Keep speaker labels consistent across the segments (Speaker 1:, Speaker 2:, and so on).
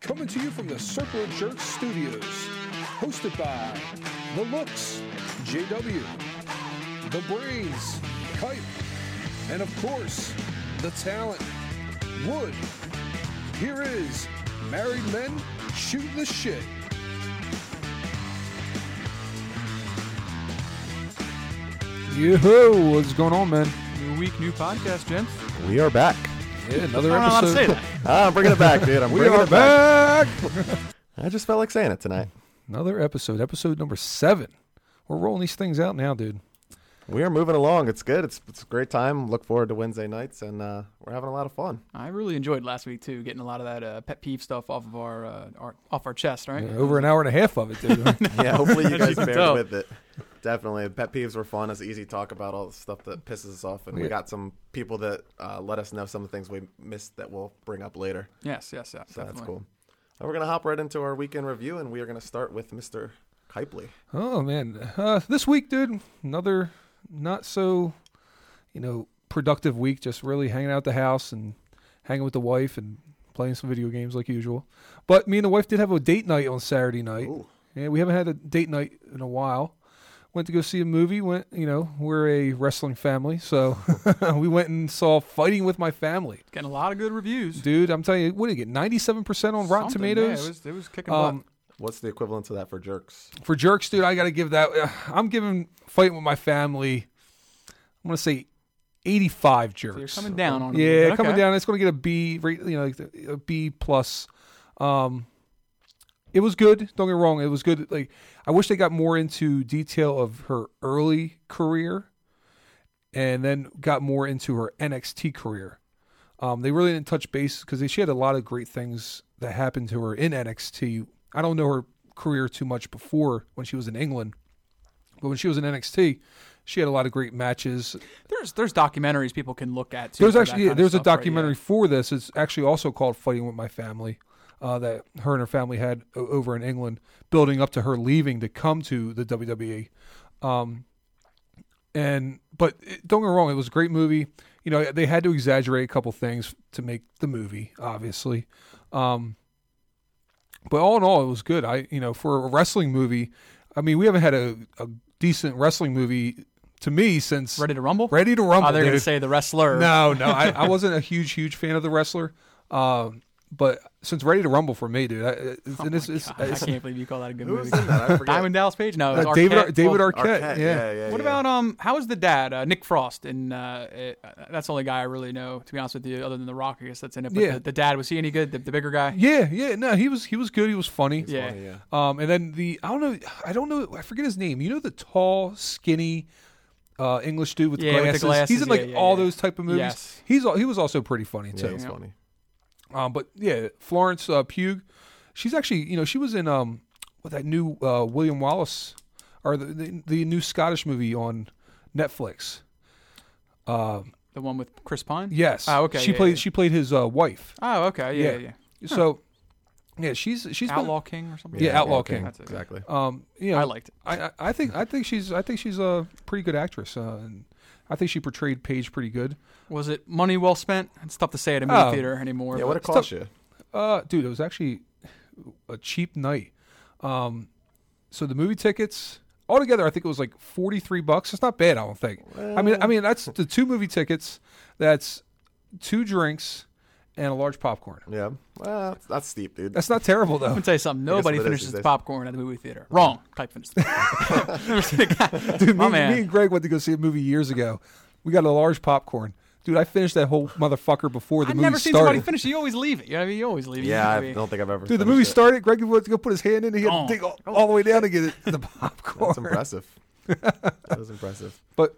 Speaker 1: coming to you from the Circle of Jerks Studios, hosted by The Looks, JW, The Brains, Kite, and of course, The Talent, Wood. Here is Married Men Shoot the Shit. Yo, what's going on, man?
Speaker 2: New week, new podcast, gents.
Speaker 3: We are back.
Speaker 1: Yeah, another
Speaker 2: I don't know how to say
Speaker 1: episode.
Speaker 2: that.
Speaker 3: Ah, I'm bringing it back, dude. I'm
Speaker 1: We
Speaker 3: bringing
Speaker 1: are
Speaker 3: it back.
Speaker 1: back.
Speaker 3: I just felt like saying it tonight.
Speaker 1: Another episode, episode number seven. We're rolling these things out now, dude.
Speaker 3: We are moving along. It's good. It's it's a great time. Look forward to Wednesday nights, and uh, we're having a lot of fun.
Speaker 2: I really enjoyed last week too, getting a lot of that uh, pet peeve stuff off of our, uh, our off our chest, right?
Speaker 1: Yeah, Uh, over an hour and a half of it, dude.
Speaker 3: Yeah, hopefully you
Speaker 2: As
Speaker 3: guys
Speaker 2: you can
Speaker 3: bear
Speaker 2: tell.
Speaker 3: with it. Definitely, pet peeves were fun. It's easy to talk about all the stuff that pisses us off, and
Speaker 1: Yeah.
Speaker 3: we got some people that uh, let us know some of the things we missed that we'll bring up later.
Speaker 2: Yes, yes, yes.
Speaker 3: So
Speaker 2: definitely.
Speaker 3: that's cool. And we're gonna hop right into our weekend review, and we are gonna start with Mr. Kipley.
Speaker 1: oh man, uh, this week, dude, another not so, you know, productive week. Just really hanging out at the house and hanging with the wife and playing some video games like usual. But me and the wife did have a date night on Saturday night.
Speaker 3: Ooh.
Speaker 1: Yeah, we haven't had a date night in a while. Went to go see a movie. Went, you know, we're a wrestling family, so we went and saw Fighting with My Family.
Speaker 2: Getting a lot of good reviews.
Speaker 1: Dude, I'm telling you, what did it get? 97% on Rotten
Speaker 2: Something,
Speaker 1: Tomatoes?
Speaker 2: Yeah, it was, it was kicking
Speaker 1: um,
Speaker 2: butt.
Speaker 3: What's the equivalent to that for jerks?
Speaker 1: for jerks, dude, I got to give that. I'm giving Fighting with My Family, I'm going to say 85 jerks.
Speaker 2: So you're coming down on it.
Speaker 1: yeah,
Speaker 2: Okay.
Speaker 1: coming down. It's going to get a B, rate, you know, like the- a B plus. Um, it was good. Don't get me wrong. It was good. Like I wish they got more into detail of her early career, and then got more into her NXT career. Um, they really didn't touch base because she had a lot of great things that happened to her in NXT. I don't know her career too much before when she was in England, but when she was in NXT, she had a lot of great matches.
Speaker 2: There's there's documentaries people can look at. Too
Speaker 1: There's
Speaker 2: for that
Speaker 1: actually
Speaker 2: kind
Speaker 1: yeah,
Speaker 2: of
Speaker 1: there's a
Speaker 2: stuff, right?
Speaker 1: documentary for this. It's actually also called "Fighting with My Family," uh, that her and her family had o- over in England, building up to her leaving to come to the WWE. Um, and but it, don't get me wrong, it was a great movie. You know, they had to exaggerate a couple things to make the movie, obviously. Um, but all in all, it was good. I you know for a wrestling movie, I mean we haven't had a, a decent wrestling movie to me since
Speaker 2: Yeah. Ready to rumble?
Speaker 1: Ready to Rumble.
Speaker 2: oh, they're gonna
Speaker 1: dude.
Speaker 2: say the wrestler.
Speaker 1: No, no, I, I wasn't a huge, huge fan of the wrestler. Um, but since Ready to Rumble for me, dude, I, it's,
Speaker 2: Oh
Speaker 1: and
Speaker 2: my
Speaker 1: it's, uh, it's,
Speaker 2: God,
Speaker 1: it's
Speaker 2: I can't believe you call that a good
Speaker 3: Who
Speaker 2: movie.
Speaker 3: was in that? I forget.
Speaker 2: Diamond Dallas Page? No, it was
Speaker 1: uh, David Ar-
Speaker 2: Arquette.
Speaker 1: David
Speaker 2: Well,
Speaker 1: Arquette, yeah.
Speaker 2: What about um? How is the dad, uh, Nick Frost? And uh, it, that's the only guy I really know, to be honest with you, other than the Rock. I guess that's in it. But
Speaker 1: Yeah.
Speaker 2: the, the dad was he any good? The, the bigger guy.
Speaker 1: yeah, yeah. No, he was he was good. He was funny.
Speaker 2: Yeah.
Speaker 3: Oh, yeah.
Speaker 1: Um, and then the I don't know, I don't know, I forget his name. You know the tall, skinny, uh, English dude with the
Speaker 2: Yeah, with the
Speaker 1: glasses. He's
Speaker 2: glasses,
Speaker 1: in like
Speaker 2: yeah, yeah,
Speaker 1: all
Speaker 2: yeah.
Speaker 1: those type of movies.
Speaker 2: Yes.
Speaker 1: He's al- he was also pretty funny
Speaker 3: Yeah,
Speaker 1: too.
Speaker 3: it was
Speaker 2: Yeah.
Speaker 3: funny.
Speaker 1: Um, but yeah, Florence uh, Pugh, she's actually you know she was in um what that new uh, William Wallace or the, the the new Scottish movie on Netflix. Uh,
Speaker 2: The one with Chris Pine?
Speaker 1: yes.
Speaker 2: Oh, okay,
Speaker 1: She
Speaker 2: yeah,
Speaker 1: played
Speaker 2: yeah.
Speaker 1: she played his uh, wife.
Speaker 2: Oh, okay. Yeah,
Speaker 1: Yeah.
Speaker 2: yeah. yeah.
Speaker 1: So yeah, she's she's been-
Speaker 2: Outlaw King or something?
Speaker 1: Yeah, Outlaw
Speaker 3: okay,
Speaker 1: King.
Speaker 2: That's it.
Speaker 3: Exactly.
Speaker 1: um you know
Speaker 2: I liked it.
Speaker 1: I, I- I think I think she's I think she's a pretty good actress. Uh, and I think she portrayed Paige pretty good.
Speaker 2: Was it money well spent? It's tough to say at a movie
Speaker 1: Oh.
Speaker 2: theater anymore.
Speaker 3: Yeah,
Speaker 2: but
Speaker 3: what it
Speaker 1: Stop-
Speaker 3: cost you?
Speaker 1: Uh, dude, it was actually a cheap night. Um, so the movie tickets altogether, I think it was like forty three bucks. It's not bad, I don't think. I mean, I mean that's the two movie tickets. That's two drinks and a large popcorn.
Speaker 3: Yeah, well, that's, that's steep, dude.
Speaker 1: That's not terrible
Speaker 2: I'm
Speaker 1: though.
Speaker 2: gonna tell you something.
Speaker 3: guess
Speaker 2: Nobody
Speaker 3: what it is
Speaker 2: finishes
Speaker 3: is
Speaker 2: the
Speaker 3: this.
Speaker 2: popcorn at the movie theater. Wrong. Type finished.
Speaker 1: Dude,
Speaker 2: My
Speaker 1: me,
Speaker 2: man.
Speaker 1: me and Greg went to go see a movie years ago. We got a large popcorn. Dude, I finished that whole motherfucker before the
Speaker 2: I've
Speaker 1: movie
Speaker 2: never seen
Speaker 1: started.
Speaker 2: somebody finish it. You always leave it. You know what I mean? You always leave it.
Speaker 3: yeah,
Speaker 2: You
Speaker 3: I
Speaker 2: leave it.
Speaker 3: don't think I've ever.
Speaker 1: Dude, the
Speaker 3: finished
Speaker 1: movie
Speaker 3: it.
Speaker 1: started. Greg went to go put his hand in, and he had
Speaker 2: Gone.
Speaker 1: to dig all, all the way down to get it, the popcorn.
Speaker 3: That's impressive. that was impressive.
Speaker 1: But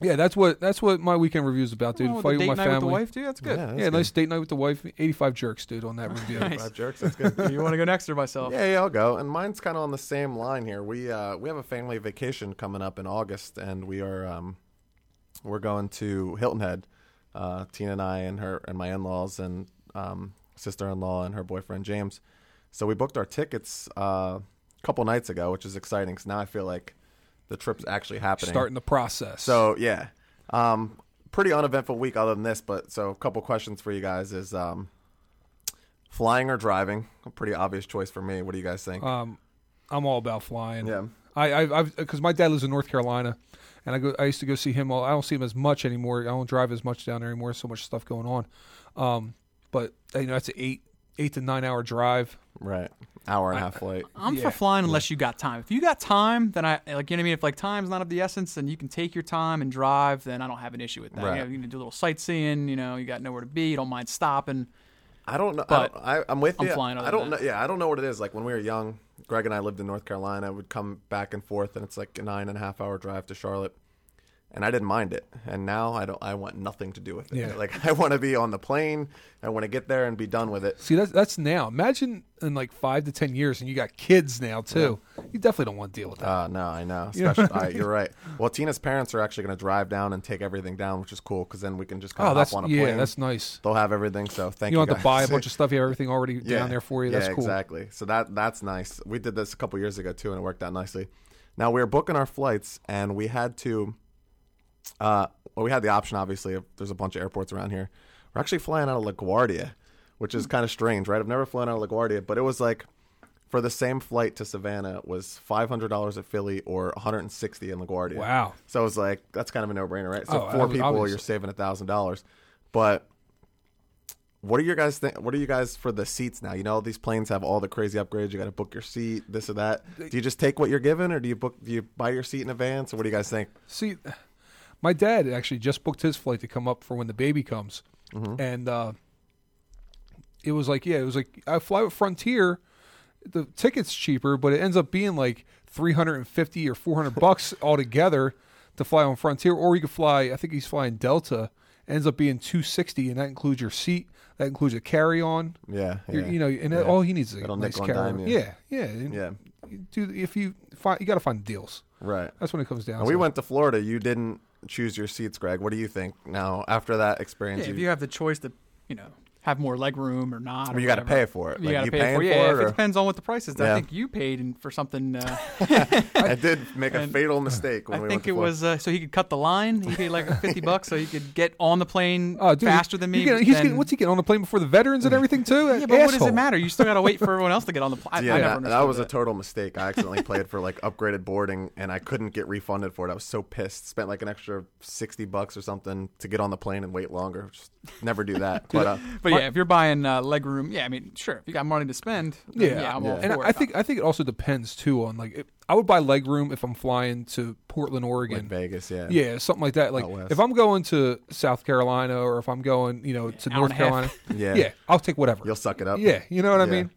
Speaker 1: yeah, that's what that's what my weekend review is about, dude.
Speaker 2: Oh,
Speaker 1: Fight
Speaker 2: the date
Speaker 1: with my
Speaker 2: night with the
Speaker 1: family.
Speaker 2: wife, dude. That's good.
Speaker 3: Yeah, that's
Speaker 1: yeah,
Speaker 3: good.
Speaker 1: nice date night with the wife. Eighty-five jerks, dude, on that review.
Speaker 2: Nice.
Speaker 3: Five jerks. That's good.
Speaker 2: you want to go next or myself?
Speaker 3: yeah, yeah, I'll go. And mine's kind of on the same line here. We uh, we have a family vacation coming up in August, and we are um, we're going to Hilton Head. Uh, Tina and I and her and my in-laws and um, sister-in-law and her boyfriend James. So we booked our tickets uh, a couple nights ago, which is exciting. Because now I feel like the trip's actually happening.
Speaker 1: Starting the process.
Speaker 3: So yeah, um, pretty uneventful week other than this. But so a couple questions for you guys is um, Flying or driving? A pretty obvious choice for me. What do you guys think?
Speaker 1: Um, I'm all about flying.
Speaker 3: Yeah.
Speaker 1: I, I, I've because my dad lives in North Carolina, and I go. I used to go see him. All, I don't see him as much anymore. I don't drive as much down there anymore. So much stuff going on. Um, but you know, that's an eight, eight to nine hour drive.
Speaker 3: right. Hour and a half flight.
Speaker 2: I'm
Speaker 1: Yeah.
Speaker 2: for flying unless you got time. If you got time, then I like you know what I mean. If like time's not of the essence, then you can take your time and drive. Then I don't have an issue with that.
Speaker 3: Right.
Speaker 2: You, know, you can do a little sightseeing. You know, you got nowhere to be. You don't mind stopping.
Speaker 3: I don't know.
Speaker 2: But
Speaker 3: I don't, I, I'm with
Speaker 2: I'm
Speaker 3: you.
Speaker 2: flying other
Speaker 3: I don't
Speaker 2: than
Speaker 3: know. Yeah, I don't know what it is. Like when we were young, Greg and I lived in North Carolina. We'd come back and forth, and it's like a nine and a half hour drive to Charlotte, and I didn't mind it. And now I don't. I want nothing to do with it.
Speaker 1: Yeah.
Speaker 3: Like I want to be on the plane. I want to get there and be done with it.
Speaker 1: See, that's that's now. Imagine in like five to ten years, and you got kids now too. You definitely don't want to deal with that.
Speaker 3: Uh, no, I know. Especially, all right, you're right. Well, Tina's parents are actually going to drive down and take everything down, which is cool because then we can just kind
Speaker 1: oh,
Speaker 3: of
Speaker 1: that's
Speaker 3: hop on a
Speaker 1: yeah,
Speaker 3: plane.
Speaker 1: that's nice.
Speaker 3: They'll have everything. So thank
Speaker 1: You
Speaker 3: you.
Speaker 1: don't have to buy a
Speaker 3: guys.
Speaker 1: bunch of stuff. You have everything already down there for you. That's
Speaker 3: yeah,
Speaker 1: cool.
Speaker 3: Exactly. So that that's nice. We did this a couple years ago too, and it worked out nicely. Now we were booking our flights, and we had to. Uh, well, we had the option, obviously. Of, there's a bunch of airports around here. We're actually flying out of LaGuardia, which is kind of strange, right? I've never flown out of LaGuardia, but it was like for the same flight to Savannah was five hundred dollars at Philly or one hundred and sixty in LaGuardia.
Speaker 1: Wow.
Speaker 3: So it was like that's kind of a no brainer, right? So
Speaker 1: Oh,
Speaker 3: four
Speaker 1: ob-
Speaker 3: people,
Speaker 1: obviously.
Speaker 3: you're saving a thousand dollars, but what are your guys think? What are you guys for the seats now? You know, these planes have all the crazy upgrades. You got to book your seat, this or that. Do you just take what you're given, or do you book? Do you buy your seat in advance, or what do you guys think?
Speaker 1: See, my dad actually just booked his flight to come up for when the baby comes,
Speaker 3: Mm-hmm.
Speaker 1: and uh, it was like, yeah, it was like I fly with Frontier. The tickets cheaper, but it ends up being like three hundred and fifty or four hundred bucks altogether to fly on Frontier, or you could fly. I think he's flying Delta. Ends up being two sixty, and that includes your seat. That includes a carry on.
Speaker 3: Yeah,
Speaker 1: You're-
Speaker 3: yeah.
Speaker 1: You know, and
Speaker 3: Yeah.
Speaker 1: all he needs is a
Speaker 3: Little
Speaker 1: nice
Speaker 3: nickel and
Speaker 1: carry.
Speaker 3: dime,
Speaker 1: yeah,
Speaker 3: yeah.
Speaker 1: yeah. and
Speaker 3: Yeah.
Speaker 1: you Do if you find you got to find deals.
Speaker 3: right.
Speaker 1: That's when it comes down.
Speaker 3: And
Speaker 1: to
Speaker 3: we
Speaker 1: it.
Speaker 3: went to Florida. You didn't choose your seats, Greg. What do you think now after that experience?
Speaker 2: Yeah,
Speaker 3: you,
Speaker 2: if you have the choice to, you know, have more leg room or not.
Speaker 3: I
Speaker 2: or
Speaker 3: mean, you got to
Speaker 2: whatever.
Speaker 3: pay for it.
Speaker 2: You
Speaker 3: Like,
Speaker 2: gotta pay
Speaker 3: paying
Speaker 2: for it. Yeah, if
Speaker 3: or-
Speaker 2: it depends on what the price is.
Speaker 3: Yeah.
Speaker 2: I think you paid in, for something. Uh,
Speaker 3: I did make a
Speaker 2: And-
Speaker 3: fatal mistake.
Speaker 2: I
Speaker 3: When we went
Speaker 2: think
Speaker 3: to
Speaker 2: it
Speaker 3: Florida.
Speaker 2: was uh, so he could cut the line. He paid like fifty bucks so he could get on the plane
Speaker 1: Oh, dude,
Speaker 2: faster than
Speaker 1: you
Speaker 2: me.
Speaker 1: get-
Speaker 2: but
Speaker 1: he's
Speaker 2: then-
Speaker 1: getting, what's he getting on the plane before the veterans and everything too?
Speaker 2: yeah, but what does it matter? You still got to wait for everyone else to get on the plane.
Speaker 3: Yeah,
Speaker 2: I
Speaker 3: that,
Speaker 2: never
Speaker 3: that was a
Speaker 2: understood
Speaker 3: total mistake. I accidentally played for like upgraded boarding, and I couldn't get refunded for it. I was so pissed. Spent like an extra sixty bucks or something to get on the plane and wait longer. Just never do that. but uh,
Speaker 2: But yeah, if you're buying uh, leg room, yeah, I mean, sure, if you got money to spend, then
Speaker 1: Yeah,
Speaker 2: yeah, I'm all
Speaker 1: and
Speaker 2: for
Speaker 1: I
Speaker 2: it.
Speaker 1: think I think it also depends too on like it, I would buy legroom if I'm flying to Portland, Oregon.
Speaker 3: in Vegas, yeah,
Speaker 1: yeah, something like that. Like
Speaker 3: Out west.
Speaker 1: if I'm going to South Carolina or if I'm going, you know, to
Speaker 2: hour
Speaker 1: North
Speaker 2: and a half.
Speaker 1: Carolina,
Speaker 3: Yeah.
Speaker 1: I'll take whatever.
Speaker 3: you'll suck it up.
Speaker 1: yeah, you know what I
Speaker 3: Yeah.
Speaker 1: mean.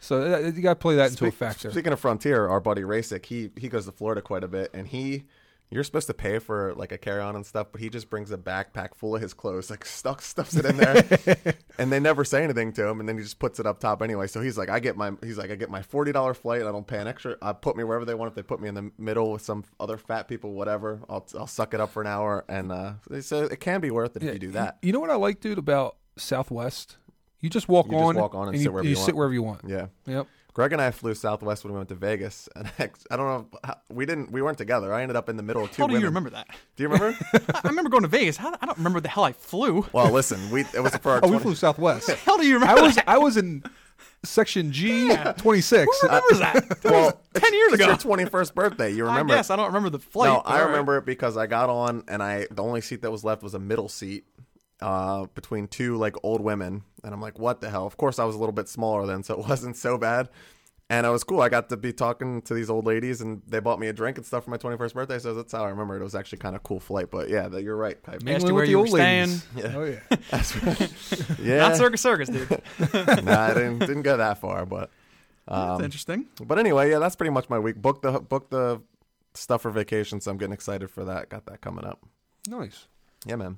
Speaker 1: So that, you got to play that into a
Speaker 3: Speak-
Speaker 1: factor.
Speaker 3: Speaking of Frontier, our buddy Rasic, he he goes to Florida quite a bit, and he. You're supposed to pay for like a carry-on and stuff, but he just brings a backpack full of his clothes, like stuck stuffs it in there, and they never say anything to him, and then he just puts it up top anyway. So he's like, I get my he's like, I get my forty dollar flight, I don't pay an extra. I put me wherever they want. If they put me in the middle with some other fat people, whatever, I'll I'll suck it up for an hour, and uh, so it can be worth it if you do that.
Speaker 1: You know what I like, dude, about Southwest? You just walk
Speaker 3: You just
Speaker 1: on,
Speaker 3: walk on and
Speaker 1: you,
Speaker 3: sit wherever
Speaker 1: you
Speaker 3: you
Speaker 1: sit
Speaker 3: want.
Speaker 1: wherever you want.
Speaker 3: Yeah.
Speaker 1: Yep.
Speaker 3: Greg and I flew Southwest when we went to Vegas, and I, I don't know. How, we didn't. We weren't together. I ended up in the middle of two
Speaker 2: how do
Speaker 3: women.
Speaker 2: you remember that?
Speaker 3: Do you remember?
Speaker 2: I, I remember going to Vegas. How, I don't remember the hell I flew.
Speaker 3: well, listen. We it was for our.
Speaker 1: Oh, we
Speaker 3: 20
Speaker 1: flew Southwest.
Speaker 2: Hell do you
Speaker 1: I
Speaker 2: remember?
Speaker 1: was I was in section G twenty six.
Speaker 2: Who remembers that? That was
Speaker 3: well,
Speaker 2: ten years
Speaker 3: it's
Speaker 2: ago.
Speaker 3: your twenty-first birthday. You remember?
Speaker 2: I guess I don't remember the flight.
Speaker 3: No,
Speaker 2: but
Speaker 3: I
Speaker 2: all right.
Speaker 3: remember it because I got on, and I the only seat that was left was a middle seat uh, between two like old women, and I'm like, what the hell? Of course, I was a little bit smaller then, so it wasn't so bad. And I was cool. I got to be talking to these old ladies, and they bought me a drink and stuff for my 21st birthday. So that's how I remember it. It was actually kind of cool flight, but yeah, that, you're right.
Speaker 1: Uh,
Speaker 3: Pipe.
Speaker 2: Asked you where you were staying.
Speaker 1: Yeah. Oh yeah.
Speaker 3: That's right. yeah,
Speaker 2: Not Circus Circus, dude.
Speaker 3: nah, I didn't didn't go that far, but um,
Speaker 2: That's interesting.
Speaker 3: But anyway, yeah, that's pretty much my week. Book the book the stuff for vacation, so I'm getting excited for that. Got that coming up.
Speaker 1: Nice.
Speaker 3: Yeah, man.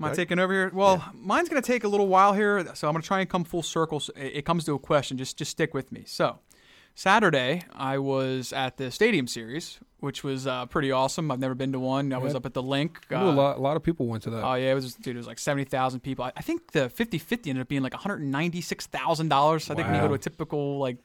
Speaker 2: Am I
Speaker 3: Right?
Speaker 2: taking over here? Well, mine's going to take a little while here, so I'm going to try and come full circle. So it it comes to a question. Just just stick with me. So, Saturday I was at the Stadium Series, which was uh, pretty awesome. I've never been to one. I was
Speaker 1: Yeah.
Speaker 2: up at the Link.
Speaker 1: I knew a
Speaker 2: uh,
Speaker 1: lot, a lot of people went to that.
Speaker 2: Oh yeah, it was dude. It was like seventy thousand people. I, I think the 50-50 ended up being like one hundred ninety six thousand dollars. I think when you go
Speaker 1: Wow.
Speaker 2: to a typical like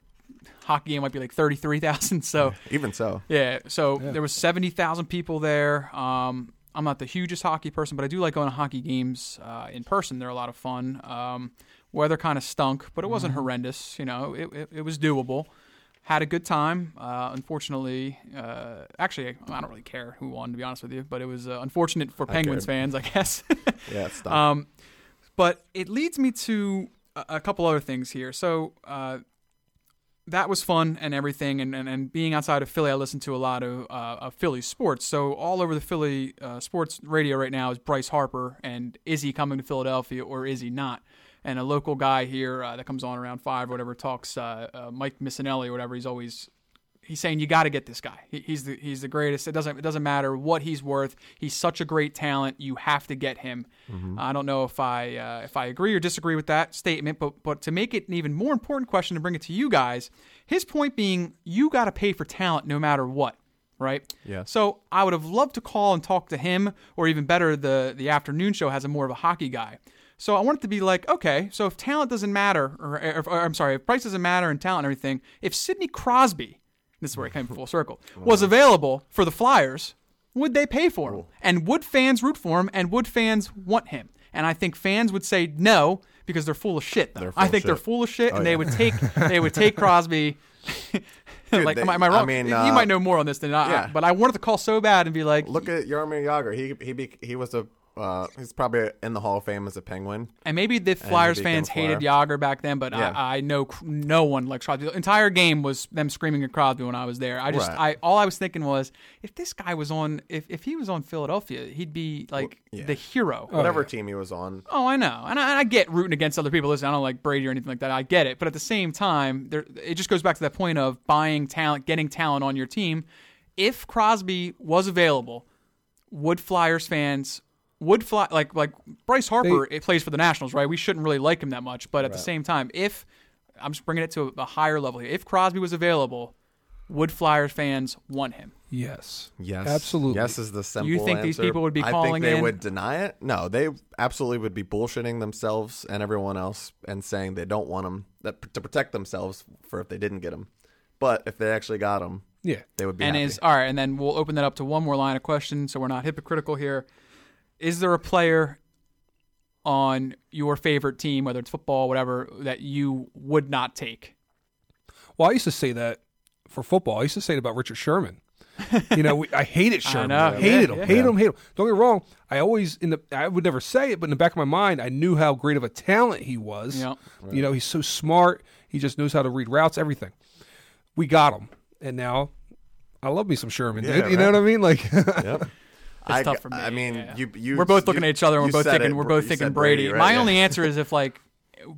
Speaker 2: hockey game, it might be like thirty three thousand. So
Speaker 3: Even so,
Speaker 2: yeah, so
Speaker 1: Yeah.
Speaker 2: there was seventy thousand people there. Um, I'm not the hugest hockey person, but I do like going to hockey games uh, in person. They're a lot of fun. Um, Weather kind of stunk, but it wasn't horrendous. You know, it, it, it was doable. Had a good time. Uh, unfortunately, uh, actually, I don't really care who won, to be honest with you, but it was uh, unfortunate for Penguins fans, I guess.
Speaker 3: Yeah, it's done.
Speaker 2: Um, but it leads me to a, a couple other things here. So uh, that was fun and everything, and, and, and being outside of Philly, I listen to a lot of, uh, of Philly sports. So all over the Philly uh, sports radio right now is Bryce Harper and is he coming to Philadelphia or is he not? And a local guy here uh, that comes on around five or whatever talks uh, uh, Mike Missinelli or whatever. He's always he's saying you got to get this guy. He, he's the he's the greatest. It doesn't it doesn't matter what he's worth. He's such a great talent. You have to get him. I don't know if I uh, if I agree or disagree with that statement, but but to make it an even more important question to bring it to you guys, his point being you got to pay for talent no matter what, right?
Speaker 3: Yeah.
Speaker 2: So I would have loved to call and talk to him, or even better, the the afternoon show has a more of a hockey guy. So I want it to be like, okay, so if talent doesn't matter, or, or, or I'm sorry, if price doesn't matter and talent and everything, if Sidney Crosby, this is where it came full circle, was
Speaker 3: Uh-huh.
Speaker 2: available for the Flyers, would they pay for him? And would fans root for him? And would fans want him? And I think fans would say no because they're full of shit. Though.
Speaker 3: full
Speaker 2: I
Speaker 3: of
Speaker 2: think they're
Speaker 3: shit. Oh,
Speaker 2: full of shit, and they would take they would take Crosby. like,
Speaker 3: they-
Speaker 2: am, I, am I
Speaker 3: I
Speaker 2: wrong?
Speaker 3: mean,
Speaker 2: you
Speaker 3: uh,
Speaker 2: might know more on this than I.
Speaker 3: yeah.
Speaker 2: But I wanted to call so bad and be like,
Speaker 3: Look at Yarmir Yager. He he be, he was a uh, he's probably in the Hall of Fame as a Penguin.
Speaker 2: And maybe the Flyers
Speaker 3: became
Speaker 2: fans
Speaker 3: a Flyer.
Speaker 2: hated Yager back then, but
Speaker 3: Yeah.
Speaker 2: I, I know cr- no one liked Crosby. The entire game was them screaming at Crosby when I was there. I just, I
Speaker 3: Right.
Speaker 2: all I was thinking was, if this guy was on, if, if he was on Philadelphia, he'd be like
Speaker 3: yeah.
Speaker 2: the hero. Oh,
Speaker 3: Whatever team he was on,
Speaker 2: I know, and I, and I get rooting against other people. Listen, I don't like Brady or anything like that. I get it, but at the same time, there, it just goes back to that point of buying talent, getting talent on your team. If Crosby was available, would Flyers fans would fly like like Bryce Harper it plays for the Nationals, right? We shouldn't really like him that much, but at the same time, if I'm just bringing it to a, a higher level here, if Crosby was available, would Flyers fans want him?
Speaker 1: Yes.
Speaker 3: Yes,
Speaker 1: Absolutely.
Speaker 3: Yes is the simple.
Speaker 2: You think these
Speaker 3: answer.
Speaker 2: people would be
Speaker 3: I
Speaker 2: calling
Speaker 3: think they
Speaker 2: in-
Speaker 3: would deny it. No, they absolutely would be bullshitting themselves and everyone else and saying they don't want them that to protect themselves for if they didn't get them. But if they actually got them,
Speaker 1: Yeah.
Speaker 3: they would be.
Speaker 2: and
Speaker 3: happy.
Speaker 2: is all right, and then we'll open that up to one more line of question, so we're not hypocritical here. Is there a player on your favorite team, whether it's football, whatever, that you would not take?
Speaker 1: Well, I used to say that for football. I used to say it about Richard Sherman. You know, we, I hated Sherman.
Speaker 2: know.
Speaker 1: Hated
Speaker 2: Yeah,
Speaker 1: him.
Speaker 2: yeah.
Speaker 1: Hated him. Hated him. Don't get me wrong. I always in the I would never say it, but in the back of my mind, I knew how great of a talent he was.
Speaker 2: Yeah.
Speaker 1: You know, he's so smart. He just knows how to read routes. Everything. We got him, and now I love me some Sherman. dude.
Speaker 3: Yeah,
Speaker 1: You know
Speaker 3: right.
Speaker 1: what I mean? Like,
Speaker 3: Yep. I,
Speaker 2: tough for me,
Speaker 3: I mean,
Speaker 2: yeah.
Speaker 3: you, you.
Speaker 2: we're both looking
Speaker 3: you-
Speaker 2: at each other. and
Speaker 3: you
Speaker 2: We're both
Speaker 3: said
Speaker 2: thinking.
Speaker 3: it,
Speaker 2: we're
Speaker 3: Br-
Speaker 2: both
Speaker 3: you
Speaker 2: thinking
Speaker 3: said
Speaker 2: Brady.
Speaker 3: right?
Speaker 2: My
Speaker 3: Yeah.
Speaker 2: only answer is if like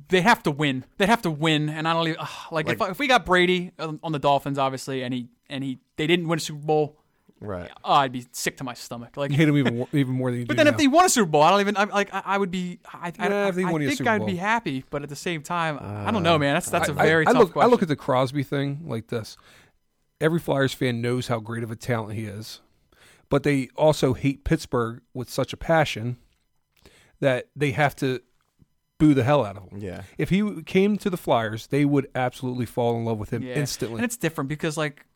Speaker 2: they have to win. They would have to win, and I don't even ugh, like, if, if we got Brady on on the Dolphins, obviously, and he and he they didn't win a Super Bowl.
Speaker 3: right.
Speaker 2: Oh, I'd be sick to my stomach. Like,
Speaker 1: you hate him even more- even more than you
Speaker 2: but
Speaker 1: do
Speaker 2: then
Speaker 1: now.
Speaker 2: if they won a Super Bowl, I don't even. I'm like, I, I would be. I, I,
Speaker 1: Yeah,
Speaker 2: I,
Speaker 1: if they
Speaker 2: I
Speaker 1: won you a
Speaker 2: think
Speaker 1: Super
Speaker 2: I'd be
Speaker 1: Bowl. Uh,
Speaker 2: happy, but at the same time, I don't know, man. That's that's a
Speaker 1: I-
Speaker 2: very
Speaker 1: I,
Speaker 2: tough
Speaker 1: look,
Speaker 2: question.
Speaker 1: I look at the Crosby thing like this. Every Flyers fan knows how great of a talent he is, but they also hate Pittsburgh with such a passion that they have to boo the hell out of him.
Speaker 3: Yeah.
Speaker 1: If he came to the Flyers, they would absolutely fall in love with him
Speaker 2: Yeah.
Speaker 1: instantly.
Speaker 2: And it's different because like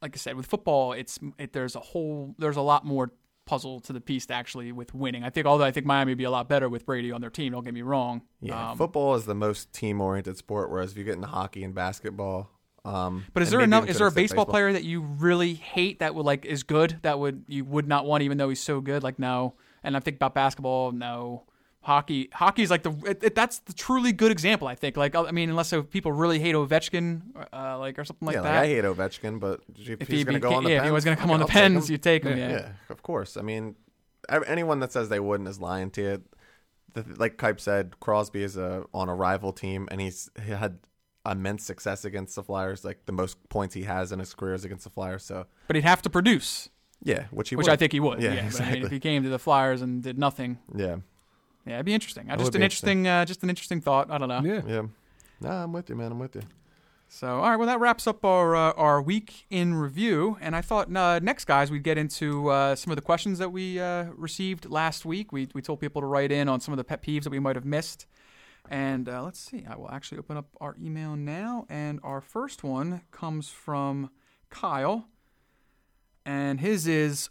Speaker 2: like I said with football, it's it, there's a whole there's a lot more puzzle to the piece to actually with winning. I think although I think Miami would be a lot better with Brady on their team, don't get me wrong.
Speaker 3: Yeah.
Speaker 2: Um,
Speaker 3: Football is the most team-oriented sport, whereas if you get into hockey and basketball, um,
Speaker 2: but is
Speaker 3: and
Speaker 2: there
Speaker 3: maybe
Speaker 2: enough
Speaker 3: even
Speaker 2: is
Speaker 3: to
Speaker 2: there a
Speaker 3: the state
Speaker 2: baseball, player that you really hate that would like is good that would you would not want even though he's so good? Like no. And I think about basketball, no. Hockey, hockey is like the it, it- that's the truly good example. I think. Like, I mean, unless if people really hate Ovechkin, uh, like or something like
Speaker 3: Yeah,
Speaker 2: that.
Speaker 3: like, I hate Ovechkin, but if,
Speaker 2: if
Speaker 3: he's
Speaker 2: he
Speaker 3: going to
Speaker 2: be,
Speaker 3: go on the
Speaker 2: yeah, if
Speaker 3: pens,
Speaker 2: he was going to come on
Speaker 3: I'll
Speaker 2: the
Speaker 3: take him.
Speaker 2: pens, you take him. yeah.
Speaker 3: Yeah, of course. I mean, ev- anyone that says they wouldn't is lying to you. The, like Kipe said, Crosby is a, on a rival team, and he's he had immense success against the Flyers. Like the most points he has in his career is against the Flyers. So
Speaker 2: but he'd have to produce,
Speaker 3: yeah, which he
Speaker 2: which
Speaker 3: would.
Speaker 2: I think he would.
Speaker 3: Yeah,
Speaker 2: Yeah, But, I mean,
Speaker 3: exactly.
Speaker 2: if he came to the Flyers and did nothing,
Speaker 3: Yeah,
Speaker 2: yeah, it'd be interesting. I
Speaker 3: would
Speaker 2: just
Speaker 3: be
Speaker 2: an interesting, uh, just an interesting thought. I don't know.
Speaker 1: yeah.
Speaker 3: yeah. Nah, I'm with you, man. I'm with you.
Speaker 2: So, all right, well, that wraps up our uh, our week in review. And I thought uh, next, guys, we'd get into uh, some of the questions that we uh, received last week. We we told people to write in on some of the pet peeves that we might have missed. And uh, let's see, I will actually open up our email now. And our first one comes from Kyle, and his is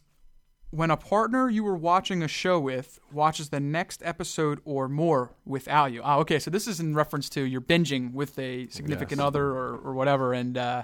Speaker 2: when a partner you were watching a show with watches the next episode or more without you. Oh, okay. So this is in reference to you're binging with a significant other or, or whatever, and uh,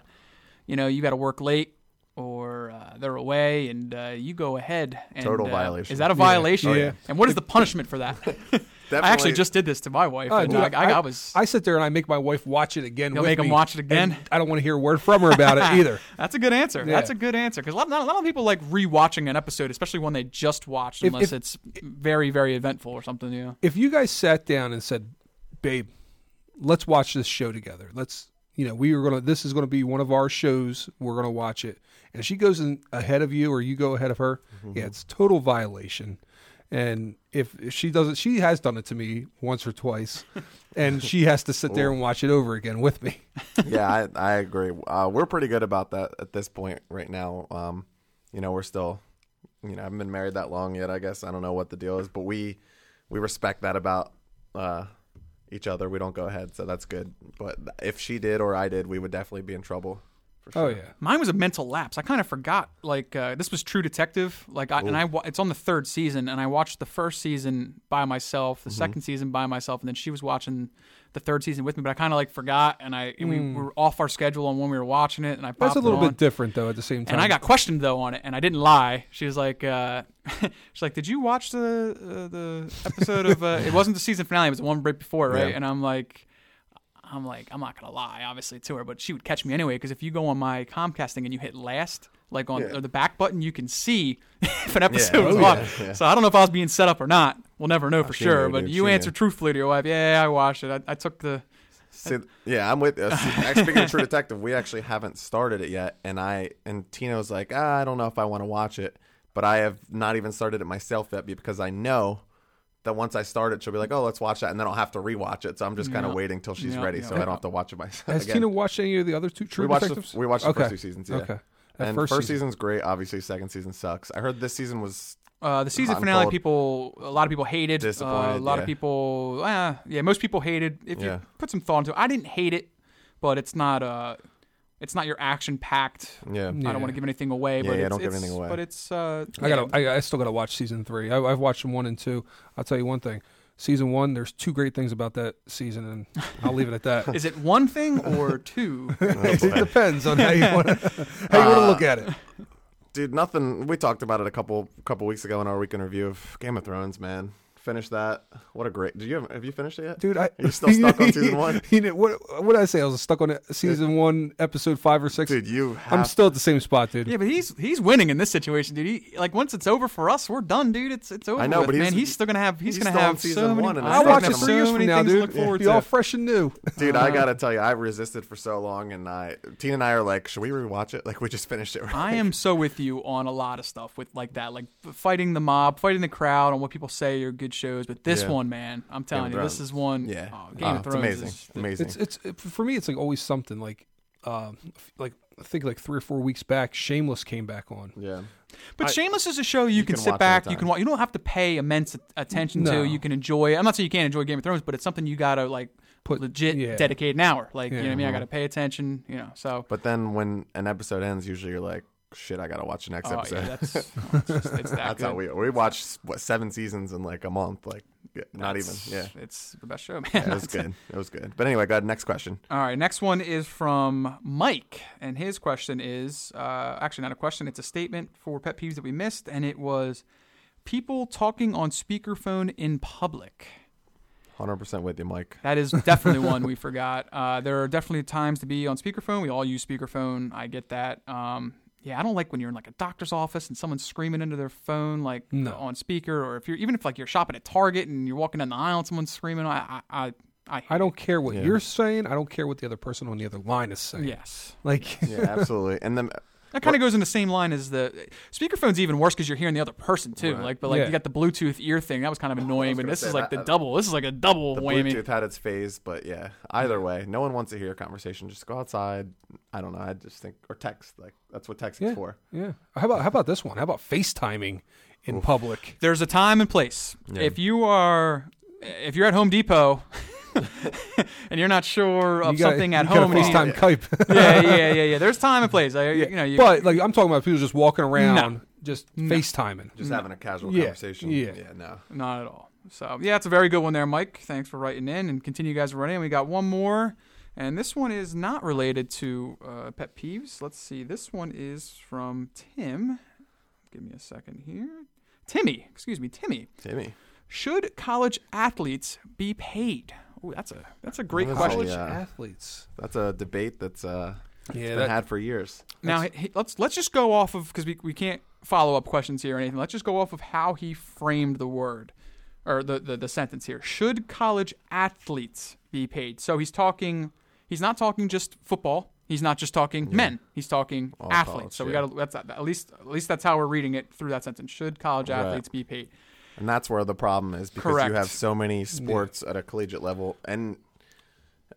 Speaker 2: you know you got to work late or uh, they're away, and uh, you go ahead. And,
Speaker 3: Total
Speaker 2: uh,
Speaker 3: violation.
Speaker 2: Is that a violation?
Speaker 1: Oh, yeah.
Speaker 2: And what is the punishment for that? I actually just did this to my wife.
Speaker 1: Oh,
Speaker 2: and
Speaker 1: dude,
Speaker 2: I, I, I was.
Speaker 1: I sit there and I make my wife watch it again.
Speaker 2: You'll
Speaker 1: with
Speaker 2: make 'em
Speaker 1: me,
Speaker 2: watch it again?
Speaker 1: and I don't want to hear a word from her about it either.
Speaker 2: That's a good answer.
Speaker 1: Yeah.
Speaker 2: That's a good answer because a lot, not a lot of people like rewatching an episode, especially one they just watched,
Speaker 1: If-
Speaker 2: unless
Speaker 1: if-
Speaker 2: it's very, very eventful or something. You know,
Speaker 1: If you guys sat down and said, "Babe, let's watch this show together. Let's, you know, we are gonna. This is gonna be one of our shows. We're gonna watch it." And if she goes in ahead of you, or you go ahead of her,
Speaker 3: Mm-hmm.
Speaker 1: yeah, it's total violation. And if, if she doesn't, she has done it to me once or twice, and she has to sit
Speaker 3: Oh.
Speaker 1: there and watch it over again with me.
Speaker 3: yeah, I, I agree. Uh, we're pretty good about that at this point right now. Um, you know, we're still, you know, I haven't been married that long yet. I guess I don't know what the deal is, but we we respect that about uh, each other. We don't go ahead, so that's good. But if she did or I did, we would definitely be in trouble. For sure.
Speaker 1: Oh yeah,
Speaker 2: mine was a mental lapse. I kind of forgot. Like uh, this was True Detective. Like, I, and I wa- it's on the third season, and I watched the first season by myself,
Speaker 1: Mm-hmm.
Speaker 2: the second season by myself, and then she was watching the third season with me. But I kind of like forgot, and I and we were off our schedule on when we were watching it, and I popped
Speaker 1: Hmm. that's a
Speaker 2: it
Speaker 1: little
Speaker 2: on.
Speaker 1: bit different though. At the same time,
Speaker 2: And I got questioned though on it, and I didn't lie. She was like, uh, "She's like, did you watch the uh, the episode of? Uh, it wasn't the season finale. It was the one right before, right?"
Speaker 3: Yeah.
Speaker 2: And I'm like, "I'm like, I'm not gonna lie, obviously to her, but she would catch me anyway because if you go on my Comcast thing and you hit last, like on
Speaker 3: Yeah.
Speaker 2: or the back button, you can see if an episode
Speaker 3: Oh,
Speaker 2: was
Speaker 3: yeah,
Speaker 2: on.
Speaker 3: yeah.
Speaker 2: So I don't know if I was being set up or not. We'll never know for
Speaker 3: seen
Speaker 2: sure.
Speaker 3: you,
Speaker 2: but
Speaker 3: dude,
Speaker 2: you
Speaker 3: seen
Speaker 2: answered truthfully to your wife. Yeah, I watched it. I, I took the.
Speaker 3: See, yeah, I'm with. Uh, see, actually, speaking of True Detective, we actually haven't started it yet, and I and Tino's like, ah, I don't know if I want to watch it, but I have not even started it myself yet because I know that once I start it, she'll be like, oh, let's watch that, and then I'll have to rewatch it. So I'm just kind of
Speaker 2: Yeah.
Speaker 3: waiting till she's
Speaker 2: Yeah,
Speaker 3: ready,
Speaker 2: yeah.
Speaker 3: so I don't have to watch it myself.
Speaker 1: Has
Speaker 3: again.
Speaker 1: Tina watched any of the other two True
Speaker 3: we watched
Speaker 1: Detectives?
Speaker 3: the, we watched the
Speaker 1: Okay.
Speaker 3: first two seasons. Yeah.
Speaker 1: Okay. That
Speaker 3: And first, season's great. Obviously, second season sucks. I heard this season was
Speaker 2: Uh, the season
Speaker 3: Hot and
Speaker 2: finale,
Speaker 3: cold.
Speaker 2: people, a lot of people hated. Uh, a
Speaker 3: Disappointed,
Speaker 2: lot of
Speaker 3: yeah.
Speaker 2: people, uh, yeah, most people hated. If
Speaker 3: Yeah.
Speaker 2: you put some thought into it, I didn't hate it, but it's not uh, it's not your action packed.
Speaker 3: yeah.
Speaker 2: I don't want to give anything away,
Speaker 3: Yeah,
Speaker 2: but
Speaker 3: yeah,
Speaker 2: it's,
Speaker 3: don't give
Speaker 2: it's-
Speaker 3: anything away.
Speaker 2: But it's, uh,
Speaker 1: I got. to I, I still got to watch season three. I, I've watched one and two. I'll tell you one thing. Season one, there's two great things about that season, and I'll leave it at that.
Speaker 2: is it one thing or two?
Speaker 1: it depends on how you want to how you want to look at
Speaker 3: Uh,
Speaker 1: it.
Speaker 3: Dude, nothing. We talked about it a couple couple weeks ago in our weekend review of Game of Thrones. Man, finish that. What a great. Do you have, have you finished it yet?
Speaker 1: Dude, I,
Speaker 3: You're still stuck on season one?
Speaker 1: You know, what what did I say? I was stuck on season one, episode five or six.
Speaker 3: Dude, you have.
Speaker 1: I'm still at the same spot, dude.
Speaker 2: yeah, but he's he's winning in this situation, dude. He, like once it's over for us, we're done, dude. It's it's over.
Speaker 3: I know,
Speaker 2: with,
Speaker 3: but he's-
Speaker 2: man, he's still gonna have he's,
Speaker 3: he's
Speaker 2: gonna
Speaker 3: still on
Speaker 2: have so
Speaker 3: season
Speaker 2: many.
Speaker 3: one and
Speaker 2: I
Speaker 1: I'll
Speaker 3: I'll
Speaker 1: watch
Speaker 3: have
Speaker 1: it
Speaker 3: so
Speaker 1: three years
Speaker 2: many
Speaker 1: from now,
Speaker 2: things
Speaker 1: dude.
Speaker 2: To look forward
Speaker 1: Be all
Speaker 2: to.
Speaker 1: fresh and new.
Speaker 3: Dude,
Speaker 2: Uh-huh.
Speaker 3: I gotta tell you, I resisted for so long, and I Tina and I are like, should we rewatch it? Like we just finished it.
Speaker 2: I am so with you on a lot of stuff with like that, like f- fighting the mob, fighting the crowd, on what people say are good shows. But this
Speaker 3: Yeah.
Speaker 2: one, man, I'm telling you,
Speaker 3: of
Speaker 2: this
Speaker 3: Thrones.
Speaker 2: is one.
Speaker 3: yeah,
Speaker 2: oh, Game
Speaker 3: Uh,
Speaker 2: of Thrones.
Speaker 3: it's amazing,
Speaker 2: is-
Speaker 3: amazing.
Speaker 1: It's it's it, for me. It's like always something like, um, f- like I think like three or four weeks back, Shameless came back on.
Speaker 3: yeah,
Speaker 2: but Shameless is a show you, can,
Speaker 3: can
Speaker 2: sit
Speaker 3: watch
Speaker 2: back, you
Speaker 3: anytime.
Speaker 2: can watch. You don't have to pay immense at- attention
Speaker 1: No.
Speaker 2: to. You can enjoy. I'm not saying you can't enjoy Game of Thrones, but it's something you gotta like
Speaker 1: Put-
Speaker 2: legit
Speaker 1: yeah.
Speaker 2: dedicate an hour. Like you know what I mean? I
Speaker 1: Mhm.
Speaker 2: gotta pay attention. You know, so.
Speaker 3: but then when an episode ends, usually you're like, shit, I gotta watch the next
Speaker 2: Oh,
Speaker 3: episode.
Speaker 2: yeah, that's, oh, it's just- it's that
Speaker 3: That's
Speaker 2: good.
Speaker 3: how we we watched what seven seasons in like a month. Like yeah, not even.
Speaker 2: That's-
Speaker 3: Yeah,
Speaker 2: It's the best show, man.
Speaker 3: yeah it was good. It was good. But anyway, go ahead. Next question.
Speaker 2: All right, next one is from Mike, and his question is uh, actually not a question; it's a statement for pet peeves that we missed, and it was people talking on speakerphone in public.
Speaker 3: Hundred percent with you, Mike.
Speaker 2: That is definitely one we forgot. Uh, there are definitely times to be on speakerphone. We all use speakerphone. I get that. Um, yeah, I don't like when you're in like a doctor's office and someone's screaming into their phone like
Speaker 1: No.
Speaker 2: on speaker, or if you're even if like you're shopping at Target and you're walking down the aisle and someone's screaming. I I I, I, hate
Speaker 1: I don't care what
Speaker 3: Yeah.
Speaker 1: you're saying. I don't care what the other person on the other line is
Speaker 2: it.
Speaker 1: saying.
Speaker 2: Yes.
Speaker 1: Like,
Speaker 3: Yeah, absolutely. And then
Speaker 2: That kind of goes in the same line as the speakerphone's even worse because you're hearing the other person too.
Speaker 3: Right.
Speaker 2: Like, but like
Speaker 1: Yeah.
Speaker 2: you got the Bluetooth ear thing that was kind of annoying. but
Speaker 3: gonna
Speaker 2: this
Speaker 3: say
Speaker 2: is like
Speaker 3: that-
Speaker 2: the double. This is like a double
Speaker 3: the
Speaker 2: whammy.
Speaker 3: Bluetooth had its phase, but yeah. Either way, no one wants to hear a conversation. Just go outside. I don't know. I just think or text. Like that's what text
Speaker 1: Yeah.
Speaker 3: is for.
Speaker 1: yeah. How about how about this one? How about FaceTiming in public?
Speaker 2: There's a time and place. If you are, if you're at Home Depot, and you're not sure of
Speaker 1: You gotta-
Speaker 2: something
Speaker 1: you
Speaker 2: at
Speaker 1: gotta
Speaker 2: home, and you-
Speaker 1: FaceTime Kype.
Speaker 2: yeah, yeah, yeah, yeah. There's time and place. I, You know, you,
Speaker 1: but like I'm talking about people just walking around. just FaceTiming.
Speaker 3: Just having a casual
Speaker 1: Mm. Yeah,
Speaker 3: conversation.
Speaker 1: yeah.
Speaker 3: no.
Speaker 2: Not at all. So yeah, it's a very good one there, Mike. Thanks for writing in and continue you guys running. We got one more, and this one is not related to uh, pet peeves. Let's see. This one is from Tim. Give me a second here. Timmy, excuse me, Timmy.
Speaker 3: Timmy.
Speaker 2: Should college athletes be paid? Oh, that's a that's a great
Speaker 3: That's a-
Speaker 2: question.
Speaker 1: College
Speaker 3: yeah.
Speaker 1: athletes.
Speaker 3: That's a debate that's uh,
Speaker 1: Yeah,
Speaker 3: been
Speaker 1: that-
Speaker 3: had for years.
Speaker 2: Now he, he- let's let's just go off of because we we can't follow up questions here or anything. Let's just go off of how he framed the word or the, the the sentence here. Should college athletes be paid? So he's talking. He's not talking just football. He's not just talking men. He's talking
Speaker 3: All
Speaker 2: athletes.
Speaker 3: college,
Speaker 2: so we
Speaker 3: yeah.
Speaker 2: got to that's at least at least that's how we're reading it through that sentence. Should college
Speaker 3: Right.
Speaker 2: athletes be paid?
Speaker 3: And that's where the problem is because
Speaker 2: Correct.
Speaker 3: you have so many sports at a collegiate level, and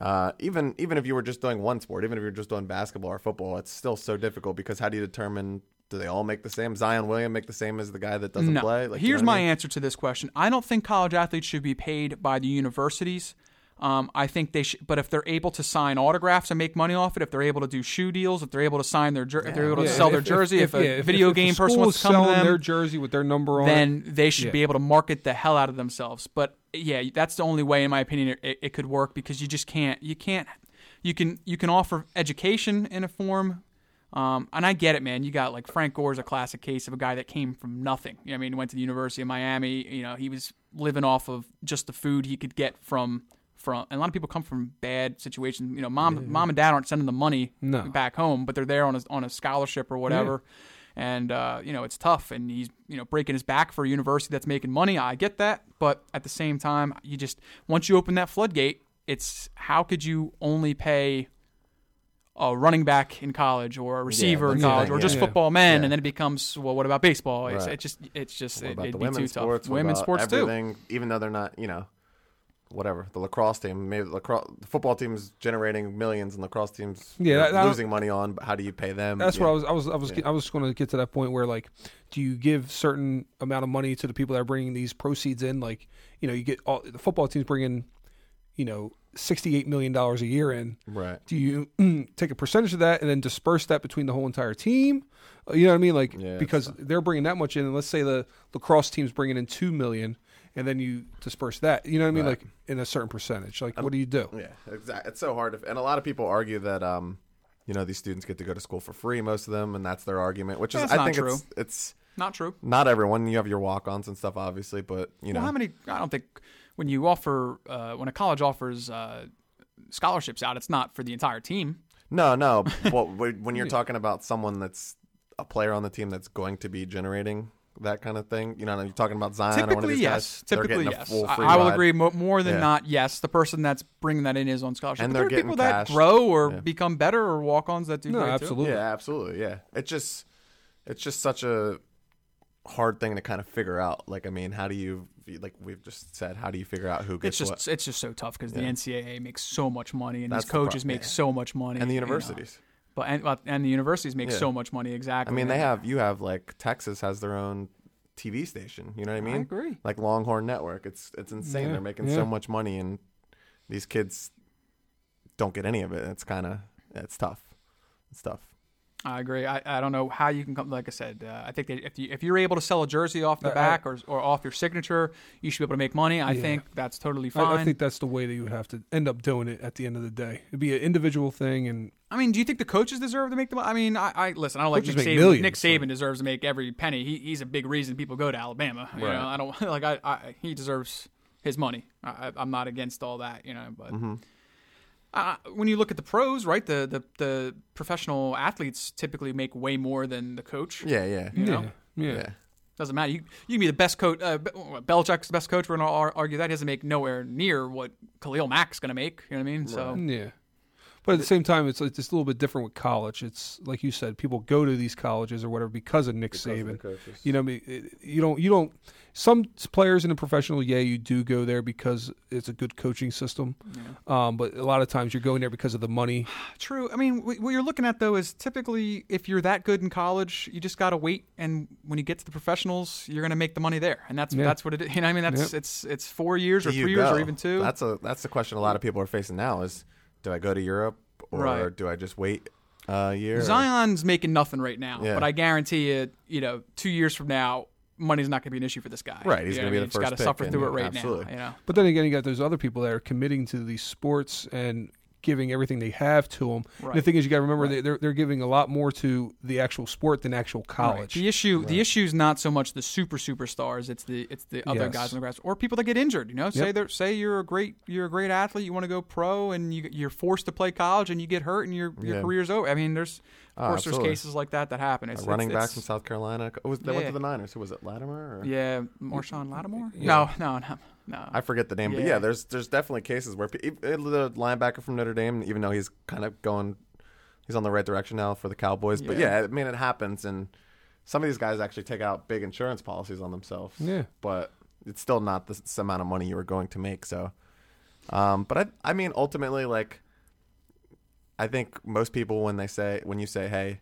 Speaker 3: uh, even even if you were just doing one sport, even if you're just doing basketball or football, it's still so difficult because how do you determine do they all make the same? Zion William make the same as the guy that doesn't
Speaker 2: No.
Speaker 3: play? Like, you know
Speaker 2: Here's
Speaker 3: what
Speaker 2: my
Speaker 3: I mean?
Speaker 2: answer to this question. I don't think college athletes should be paid by the universities. Um, I think they should, but if they're able to sign autographs and make money off it, if they're able to do shoe deals, if they're able to sign their, jer- if they're able to
Speaker 1: Yeah,
Speaker 2: sell
Speaker 1: if-
Speaker 2: their
Speaker 1: if-
Speaker 2: jersey, if, a
Speaker 1: yeah,
Speaker 2: video
Speaker 1: if the
Speaker 2: game person
Speaker 1: school
Speaker 2: wants
Speaker 1: is
Speaker 2: to come to
Speaker 1: selling
Speaker 2: them,
Speaker 1: their jersey with their number on it,
Speaker 2: then they should
Speaker 1: Yeah.
Speaker 2: be able to market the hell out of themselves. But yeah, that's the only way, in my opinion, it, it could work because you just can't. You can't. You can you can offer education in a form, um, and I get it, man. You got like Frank Gore's a classic case of a guy that came from nothing. You know what I mean, went to the University of Miami. You know, he was living off of just the food he could get from from. And a lot of people come from bad situations. You know, mom mom and dad aren't sending the money
Speaker 1: No.
Speaker 2: back home, but they're there on a, on a scholarship or whatever. And uh, you know it's tough, and he's you know breaking his back for a university that's making money. I get that, but at the same time, you just once you open that floodgate, it's how could you only pay a running back in college or a receiver in
Speaker 3: that's the
Speaker 2: college
Speaker 3: thing,
Speaker 2: or just
Speaker 1: yeah.
Speaker 2: football men,
Speaker 3: Yeah.
Speaker 2: and then it becomes well, what about baseball? It's,
Speaker 3: Right.
Speaker 2: it just it's just
Speaker 3: What
Speaker 2: it,
Speaker 3: about
Speaker 2: would be
Speaker 3: the
Speaker 2: too
Speaker 3: women's
Speaker 2: tough.
Speaker 3: sports? What
Speaker 2: women's
Speaker 3: about
Speaker 2: sports too.
Speaker 3: everything, Even though they're not, you know, whatever. The lacrosse team, maybe the lacrosse the football team's generating millions, and lacrosse teams
Speaker 1: Yeah, that- that-
Speaker 3: losing money on. But how do you pay them?
Speaker 1: That's
Speaker 3: Mm, Yeah.
Speaker 1: what I was. I was. I was. I was going to get to that point where, like, do you give certain amount of money to the people that are bringing these proceeds in? Like, you know, you get all the football teams bringing, you know, sixty-eight million dollars a year in.
Speaker 3: Right.
Speaker 1: Do you take a percentage of that and then disperse that between the whole entire team? Uh, You know what I mean? Like,
Speaker 3: Yeah, it's
Speaker 1: because they're bringing that much in, and let's say the lacrosse team's bringing in two million, and then you disperse that. You know what I mean?
Speaker 3: Right.
Speaker 1: Like in a certain percentage. Like, what do you do?
Speaker 3: Yeah, exactly. It's so hard. If, and a lot of people argue that, um, you know, these students get to go to school for free, most of them, and that's their argument, which is,
Speaker 2: That's
Speaker 3: I
Speaker 2: not
Speaker 3: think
Speaker 2: true.
Speaker 3: it's, it's
Speaker 2: Not true.
Speaker 3: not everyone. You have your walk ons and stuff, obviously, but, you know,
Speaker 2: Well, how many? I don't think when you offer uh, when a college offers uh, scholarships out, it's not for the entire team.
Speaker 3: no, no. but when when you're talking about someone that's a player on the team that's going to be generating that kind of thing, you know, you're talking about Zion or one of
Speaker 2: Typically,
Speaker 3: these
Speaker 2: yes.
Speaker 3: guys, they're
Speaker 2: Typically,
Speaker 3: getting a
Speaker 2: yes.
Speaker 3: full
Speaker 2: I,
Speaker 3: free
Speaker 2: I will
Speaker 3: ride.
Speaker 2: agree mo- more than
Speaker 3: Yeah.
Speaker 2: not. Yes, the person that's bringing that in is on scholarship,
Speaker 3: And
Speaker 2: but
Speaker 3: they're
Speaker 2: there are people
Speaker 3: getting
Speaker 2: that
Speaker 3: cashed.
Speaker 2: grow or
Speaker 3: Yeah.
Speaker 2: become better or walk-ons that do
Speaker 1: No,
Speaker 2: great too.
Speaker 1: absolutely.
Speaker 3: Yeah, absolutely. Yeah, it's just it's just such a hard thing to kind of figure out. Like, I mean, how do you like we've just said, how do you figure out who
Speaker 2: It's
Speaker 3: gets
Speaker 2: just
Speaker 3: what?
Speaker 2: it's just so tough because the
Speaker 3: Yeah.
Speaker 2: NCAA makes so much money and
Speaker 3: That's
Speaker 2: these
Speaker 3: the pro-
Speaker 2: coaches make
Speaker 3: yeah.
Speaker 2: so much money
Speaker 3: and the
Speaker 2: you know.
Speaker 3: universities.
Speaker 2: But and, well, and the universities make
Speaker 3: Yeah.
Speaker 2: so much money exactly.
Speaker 3: I mean, they
Speaker 2: And-
Speaker 3: have you have like Texas has their own TV station. You know what I mean?
Speaker 2: agree.
Speaker 3: Like Longhorn Network. It's it's insane.
Speaker 1: Yeah,
Speaker 3: They're making
Speaker 1: yeah.
Speaker 3: so much money, and these kids don't get any of it. It's kind of it's tough. It's tough.
Speaker 2: I agree. I, I don't know how you can come. Like I said, uh, I think that if you if you're able to sell a jersey off the
Speaker 1: I- I-
Speaker 2: back or or off your signature, you should be able to make money. I
Speaker 1: Yeah.
Speaker 2: think that's totally fine.
Speaker 1: I, I think that's the way that you would have to end up doing it at the end of the day. It'd be an individual thing, and
Speaker 2: I mean, do you think the coaches deserve to make the money? I mean, I, I listen. I don't like
Speaker 1: Coaches
Speaker 2: Nick Saban.
Speaker 1: make millions,
Speaker 2: Nick
Speaker 1: like-
Speaker 2: Saban deserves to make every penny. He, he's a big reason people go to Alabama. You
Speaker 3: Right.
Speaker 2: know, I don't like. I, I he deserves his money. I, I- I'm not against all that. You know, but
Speaker 1: Mm-hmm.
Speaker 2: uh, when you look at the pros, right? The, the the professional athletes typically make way more than the coach.
Speaker 3: Yeah, yeah,
Speaker 2: You know?
Speaker 1: yeah,
Speaker 3: yeah.
Speaker 2: Doesn't matter. You you can be the best coach. Uh, Be- Belichick's the best coach. We're gonna ar- argue that he doesn't make nowhere near what Khalil Mack's gonna make. You know what I mean? So
Speaker 1: Yeah. But at the same time, it's it's a little bit different with college. It's like you said, people go to these colleges or whatever because of Nick Saban. you know, what I mean, It- you don't you don't. Some players in the professional, yeah, you do go there because it's a good coaching system. Um, but a lot of times you're going there because of the money.
Speaker 2: True. I mean, wh- what you're looking at though is typically if you're that good in college, you just gotta wait, and when you get to the professionals, you're gonna make the money there, and that's
Speaker 1: Yeah.
Speaker 2: that's what it is. You know, what I mean, that's it's it's four years or
Speaker 3: Do you
Speaker 2: three years
Speaker 3: go?
Speaker 2: or even two.
Speaker 3: That's a that's the question a lot of people are facing now: is do I go to Europe or
Speaker 2: Right.
Speaker 3: do I just wait? a year.
Speaker 2: Zion's making nothing right now,
Speaker 3: Yeah.
Speaker 2: but I guarantee you, you know, two years from now, money's not going to be an issue for this guy.
Speaker 3: Right, he's
Speaker 2: You know
Speaker 3: gonna
Speaker 2: what
Speaker 3: be
Speaker 2: I
Speaker 3: the
Speaker 2: mean?
Speaker 3: first
Speaker 2: He's got
Speaker 3: pick
Speaker 2: to suffer through it
Speaker 3: and-
Speaker 2: right
Speaker 3: absolutely.
Speaker 2: now. You know,
Speaker 1: But then again, you got those other people that are committing to these sports and giving everything they have to them.
Speaker 2: Right.
Speaker 1: The thing is, you got to remember they- they're they're giving a lot more to the actual sport than actual college.
Speaker 2: The issue, the issue is not so much the super superstars; it's the it's the other
Speaker 1: Yes.
Speaker 2: guys on the grass or people that get injured. You know, say they're say you're a great you're a great athlete, you want to go pro, and you, you're forced to play college, and you get hurt, and your your
Speaker 3: Yeah.
Speaker 2: career's over. I mean, there's of
Speaker 3: Oh,
Speaker 2: course
Speaker 3: absolutely.
Speaker 2: there's cases like that that happen. It's,
Speaker 3: A
Speaker 2: it's-
Speaker 3: running back
Speaker 2: it's-
Speaker 3: from South Carolina. Oh, was, they went
Speaker 2: Yeah.
Speaker 3: to the Niners. Who was it? Latimer? Or?
Speaker 2: yeah, Marshawn Lattimore. No, no, no, no.
Speaker 3: I forget the name, but
Speaker 2: Yeah.
Speaker 3: yeah, there's there's definitely cases where pe- ev- the linebacker from Notre Dame, even though he's kind of going, he's on the right direction now for the Cowboys. But
Speaker 2: Yeah.
Speaker 3: yeah, I mean it happens, and some of these guys actually take out big insurance policies on themselves.
Speaker 1: Yeah.
Speaker 3: but it's still not the s- amount of money you were going to make. So, um, but I I mean ultimately like, I think most people when they say when you say hey,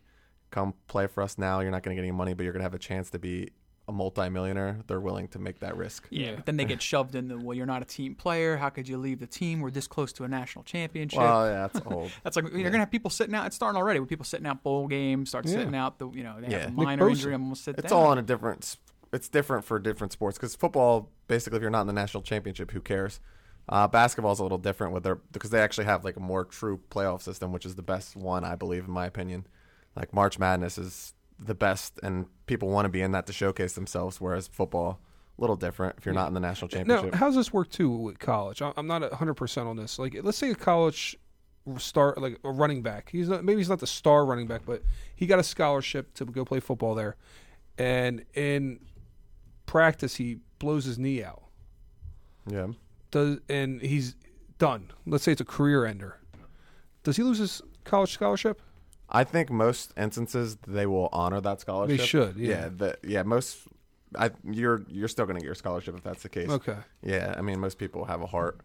Speaker 3: come play for us now, you're not going to get any money, but you're going to have a chance to be a multimillionaire. They're willing to make that risk.
Speaker 2: Yeah, but then they get shoved in the well. You're not a team player. How could you leave the team? We're this close to a national championship.
Speaker 3: Well, yeah, that's old.
Speaker 2: That's like you're gonna have people sitting out. It's starting already with people sitting out bowl games. Start sitting out the you know they
Speaker 3: Yeah.
Speaker 2: have a
Speaker 3: Nick
Speaker 2: minor
Speaker 1: Bosa.
Speaker 2: injury. I'm gonna sit
Speaker 3: It's
Speaker 2: down.
Speaker 3: all on a different. s- It's different for different sports because football, basically, if you're not in the national championship, who cares? Uh, basketball's a little different with their because they actually have like a more true playoff system, which is the best one, I believe, in my opinion. Like March Madness is the best, and people want to be in that to showcase themselves. Whereas football, a little different if you're not in the national
Speaker 1: Now,
Speaker 3: championship.
Speaker 1: how's this work too with college? I- I'm not 100 percent on this. Like, let's say a college star, like a running back. He's not maybe he's not the star running back, but he got a scholarship to go play football there, and in practice he blows his knee out.
Speaker 3: yeah,
Speaker 1: Does and he's done. Let's say it's a career ender. Does he lose his college scholarship?
Speaker 3: I think most instances they will honor that scholarship.
Speaker 1: should, yeah.
Speaker 3: yeah, the, yeah. Most, I you're you're still going to get your scholarship if that's the case.
Speaker 1: Okay.
Speaker 3: Yeah, I mean, most people have a heart.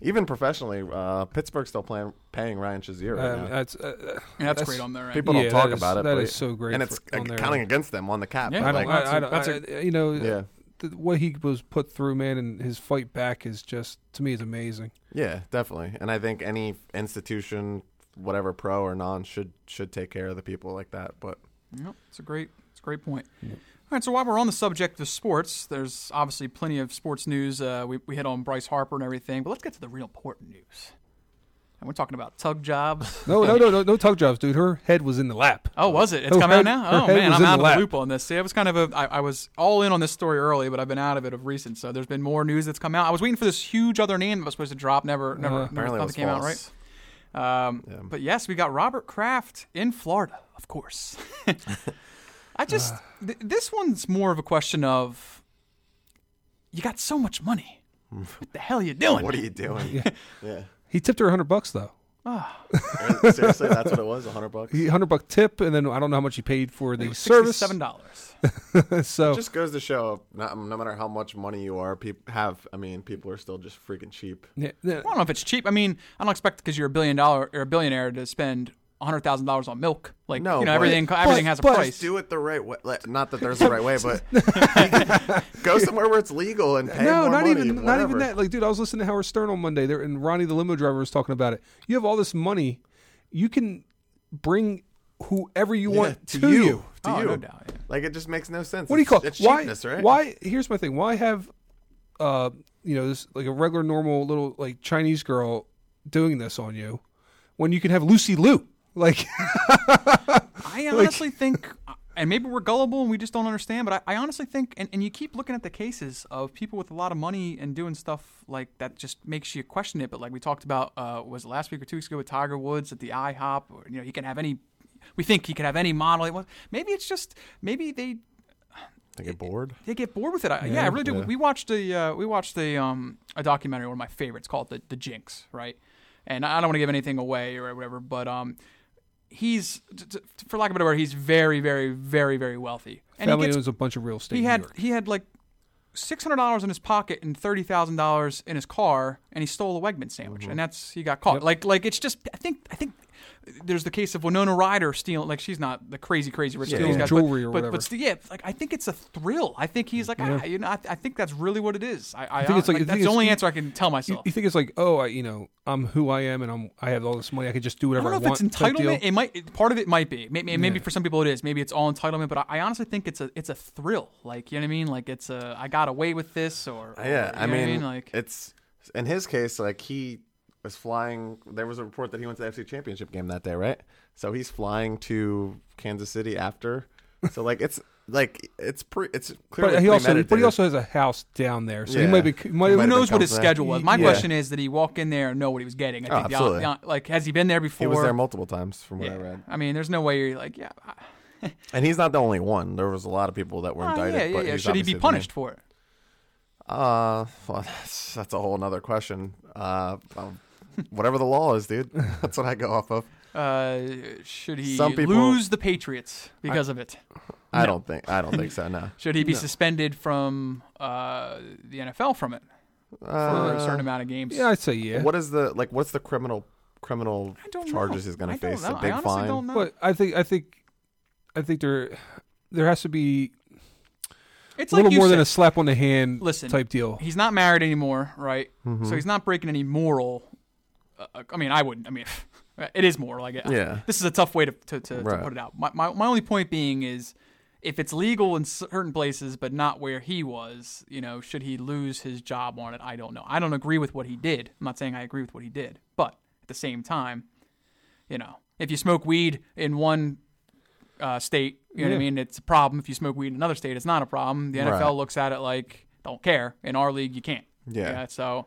Speaker 3: Even professionally, uh, Pittsburgh's still playing, paying Ryan Shazier right
Speaker 1: Um,
Speaker 3: now.
Speaker 1: that's uh,
Speaker 2: Yeah, that's, great on their end.
Speaker 3: people
Speaker 1: yeah,
Speaker 3: don't talk
Speaker 1: that is-
Speaker 3: about it.
Speaker 1: that
Speaker 3: but
Speaker 1: is so great
Speaker 3: and it's
Speaker 1: for- on their
Speaker 3: counting
Speaker 1: end.
Speaker 3: against them on the cap.
Speaker 2: Yeah.
Speaker 3: but
Speaker 1: I don't.
Speaker 3: like,
Speaker 1: I, I don't.
Speaker 2: That's a-
Speaker 1: I- you know.
Speaker 3: Yeah.
Speaker 1: th- what he was put through, man, and his fight back is just to me is amazing.
Speaker 3: yeah, definitely. And I think any institution, whatever pro or non, should should take care of the people like that. But
Speaker 2: Yep, it's a great, it's a great point. All right, so while we're on the subject of sports, there's obviously plenty of sports news. Uh, we we hit on Bryce Harper and everything, but let's get to the real important news. And we're talking about tug jobs.
Speaker 1: No, no, no, no, no tug jobs, dude. Her head was in the lap.
Speaker 2: Oh, was it? It's
Speaker 1: Her
Speaker 2: come
Speaker 1: head-
Speaker 2: out now.
Speaker 1: her
Speaker 2: Oh
Speaker 1: head
Speaker 2: man,
Speaker 1: was
Speaker 2: I'm
Speaker 1: in
Speaker 2: out
Speaker 1: the
Speaker 2: of the
Speaker 1: lap.
Speaker 2: loop on this. See, I was kind of a, I, I was all in on this story early, but I've been out of it of recent. So there's been more news that's come out. I was waiting for this huge other name that was supposed to drop. Never, never, never
Speaker 3: apparently, it
Speaker 2: nothing
Speaker 3: was
Speaker 2: came out, right?
Speaker 3: false.
Speaker 2: Um, But yes, we got Robert Kraft in Florida, of course. I just th- this one's more of a question of you got so much money. what the hell are you doing?
Speaker 3: Hmm. What are you doing? yeah. yeah.
Speaker 1: He tipped her hundred bucks though.
Speaker 3: Seriously, that's what it was. hundred bucks.
Speaker 1: Hundred buck tip, and then I don't know how much he paid for the service.
Speaker 2: Sixty-seven dollars.
Speaker 1: so
Speaker 3: Just goes to show, no, no matter how much money you are, peop have. I mean, people are still just freaking cheap.
Speaker 1: yeah, yeah,
Speaker 2: I don't know if it's cheap. I mean, I don't expect because you're a billion dollar or a billionaire to spend hundred thousand dollars on milk. Like
Speaker 3: No,
Speaker 2: you know,
Speaker 3: but-
Speaker 2: everything everything has a
Speaker 1: but-
Speaker 2: price.
Speaker 3: do it the right way. Like, Not that there's a right way, but go somewhere where it's legal and pay
Speaker 1: no,
Speaker 3: more
Speaker 1: not
Speaker 3: money,
Speaker 1: even, not even
Speaker 3: whatever.
Speaker 1: that. Like, dude, I was listening to Howard Stern on Monday, there, and Ronnie the limo driver was talking about it. You have all this money, you can bring whoever you
Speaker 3: Yeah,
Speaker 1: want
Speaker 3: to,
Speaker 1: to
Speaker 3: you,
Speaker 1: you.
Speaker 3: to
Speaker 2: Oh,
Speaker 3: you.
Speaker 2: no doubt, yeah.
Speaker 3: Like it just makes no sense.
Speaker 1: what do you call
Speaker 3: it's, it's
Speaker 1: why
Speaker 3: cheapness, right?
Speaker 1: why here's my thing why have uh you know this like a regular normal little like chinese girl doing this on you when you can have lucy Liu? like
Speaker 2: I honestly think, uh, and maybe we're gullible and we just don't understand, but I, I honestly think, and, and you keep looking at the cases of people with a lot of money and doing stuff like that just makes you question it. But like we talked about, uh, was it last week or two weeks ago with Tiger Woods at the IHOP, or, you know, he can have any, we think he can have any model. he wants. Maybe it's just, maybe they
Speaker 3: They get bored.
Speaker 2: they get bored with it. I, yeah, I really do. We watched the uh, we watched the um a documentary, one of my favorites, called the the Jinx, right? And I don't want to give anything away or whatever, but um, he's t- t- for lack of a better word, he's very, very, very, very wealthy, and
Speaker 1: family
Speaker 2: he gets
Speaker 1: owns a bunch of real estate
Speaker 2: he
Speaker 1: in New
Speaker 2: had
Speaker 1: York.
Speaker 2: he had like six hundred dollars in his pocket and thirty thousand
Speaker 1: Mm-hmm.
Speaker 2: dollars in his car, and he stole a Wegman sandwich, and that's he got caught. Like like it's just I think I think There's the case of Winona Ryder stealing. Like she's not the crazy, crazy rich
Speaker 3: Yeah.
Speaker 2: stealing
Speaker 3: Yeah.
Speaker 2: guy,
Speaker 1: Jewelry
Speaker 2: but,
Speaker 1: or
Speaker 2: but,
Speaker 1: whatever.
Speaker 2: But still, yeah, like I think it's a thrill. I think he's like, ah, you know, I, th- I think that's really what it is. I, I,
Speaker 1: think it's like- I think
Speaker 2: that's the
Speaker 1: it's-
Speaker 2: only answer I can tell
Speaker 1: You,
Speaker 2: myself.
Speaker 1: you think it's like, oh, I, you know, I'm who I am, and I'm I have all this money. I could just do
Speaker 2: I
Speaker 1: whatever
Speaker 2: don't
Speaker 1: I,
Speaker 2: know if it's
Speaker 1: want. type deal.
Speaker 2: entitlement. It might it- part of it might be. Maybe maybe
Speaker 1: Yeah.
Speaker 2: for some people it is. Maybe it's all entitlement. But I, I honestly think it's a it's a thrill. Like you know what I mean. Like it's a I got away with this or, or,
Speaker 3: Yeah,
Speaker 2: you
Speaker 3: I
Speaker 2: know what
Speaker 3: mean,
Speaker 2: like
Speaker 3: it's in his case, like he was flying. There was a report that he went to the FC Championship game that day, right? So he's flying to Kansas City after. So like it's like it's pre it's clearly
Speaker 1: but he also, but he
Speaker 3: premeditated.
Speaker 1: also has a house down there, so he
Speaker 3: Yeah.
Speaker 1: might be. He might
Speaker 3: He
Speaker 1: have
Speaker 2: who
Speaker 3: might have been
Speaker 2: knows what his
Speaker 3: confident.
Speaker 2: schedule was. My
Speaker 1: Yeah.
Speaker 2: question is, did he walk in there and know what he was getting? I
Speaker 3: Oh,
Speaker 2: think the-
Speaker 3: absolutely.
Speaker 2: the- like has he been there before?
Speaker 3: he was there multiple times from what I
Speaker 2: yeah.
Speaker 3: read,
Speaker 2: I mean, there's no way you're like yeah. I-
Speaker 3: and he's not the only one. There was a lot of people that were
Speaker 2: ah,
Speaker 3: indicted.
Speaker 2: yeah, yeah,
Speaker 3: but
Speaker 2: yeah.
Speaker 3: he's
Speaker 2: Should he
Speaker 3: obviously
Speaker 2: be
Speaker 3: the main-
Speaker 2: punished for it?
Speaker 3: Uh, well, that's, that's a whole nother question. Uh, um, whatever the law is, dude, that's what I go off of.
Speaker 2: Uh, should he
Speaker 3: Some people-
Speaker 2: lose the Patriots because of it?
Speaker 3: I don't think I don't think so. No,
Speaker 2: Should he be suspended from uh, the NFL from it for
Speaker 3: Uh,
Speaker 2: a certain amount of games?
Speaker 1: Yeah, I'd say yeah.
Speaker 3: What is the like? What's the criminal criminal
Speaker 2: I don't know.
Speaker 3: charges he's going
Speaker 2: I
Speaker 3: to
Speaker 2: don't
Speaker 3: face?
Speaker 2: know.
Speaker 3: A big
Speaker 2: I honestly
Speaker 3: fine.
Speaker 2: Don't know.
Speaker 1: But I think I think I think there there has to be
Speaker 2: it's
Speaker 1: a little
Speaker 2: like you
Speaker 1: more
Speaker 2: said,
Speaker 1: than a slap on the hand
Speaker 2: Listen,
Speaker 1: type deal.
Speaker 2: He's not married anymore, right?
Speaker 3: Mm-hmm.
Speaker 2: So he's not breaking any moral. Uh, I mean, I wouldn't. I mean, it is moral. I guess.
Speaker 3: Yeah.
Speaker 2: This is a tough way to to, to,
Speaker 3: Right.
Speaker 2: to put it out. My, my my only point being is, if it's legal in certain places but not where he was, you know, should he lose his job on it? I don't know. I don't agree with what he did. I'm not saying I agree with what he did, but at the same time, you know, if you smoke weed in one uh, state, you know what I
Speaker 1: Yeah.
Speaker 2: mean, it's a problem. If you smoke weed in another state, it's not a problem. The NFL
Speaker 3: Right.
Speaker 2: looks at it like don't care. In our league, you can't.
Speaker 3: Yeah.
Speaker 2: so.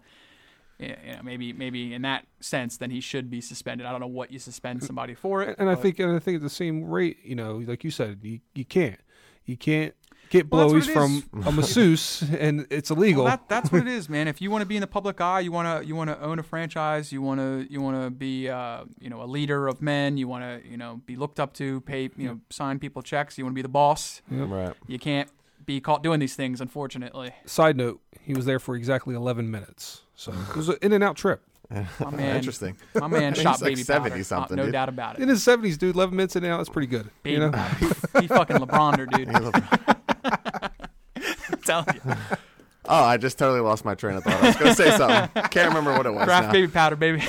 Speaker 2: Yeah, you know, maybe maybe in that sense, then he should be suspended. I don't know what you suspend somebody for it.
Speaker 1: And I
Speaker 2: but-
Speaker 1: think and I think at the same rate, you know, like you said, you, you can't you can't get
Speaker 2: Well, that's what
Speaker 1: blowies
Speaker 2: it
Speaker 1: from a masseuse, and it's illegal.
Speaker 2: Well, that, that's what it is, man. If you want to be in the public eye, you want to you want to own a franchise, you want to you want to be uh, you know a leader of men, you want to you know be looked up to, pay you know sign people checks, you want to be the boss.
Speaker 3: Right.
Speaker 2: You can't be caught doing these things, unfortunately.
Speaker 1: Side note: He was there for exactly 11 minutes, so it was an in and out trip.
Speaker 2: My man,
Speaker 3: Interesting.
Speaker 2: My man
Speaker 3: He's
Speaker 2: shot
Speaker 3: like
Speaker 2: baby
Speaker 3: 70
Speaker 2: powder. Uh,
Speaker 3: something,
Speaker 2: no
Speaker 3: dude.
Speaker 2: doubt about
Speaker 1: In
Speaker 2: it.
Speaker 1: his 70s, dude, 11 minutes in and out. That's pretty good.
Speaker 2: Baby
Speaker 1: you know?
Speaker 2: powder. he fucking LeBron'er, dude. I'm telling you,
Speaker 3: Oh, I just totally lost my train of thought. I was going to say something. Can't remember what it was.
Speaker 2: draft
Speaker 3: now.
Speaker 2: baby powder, baby.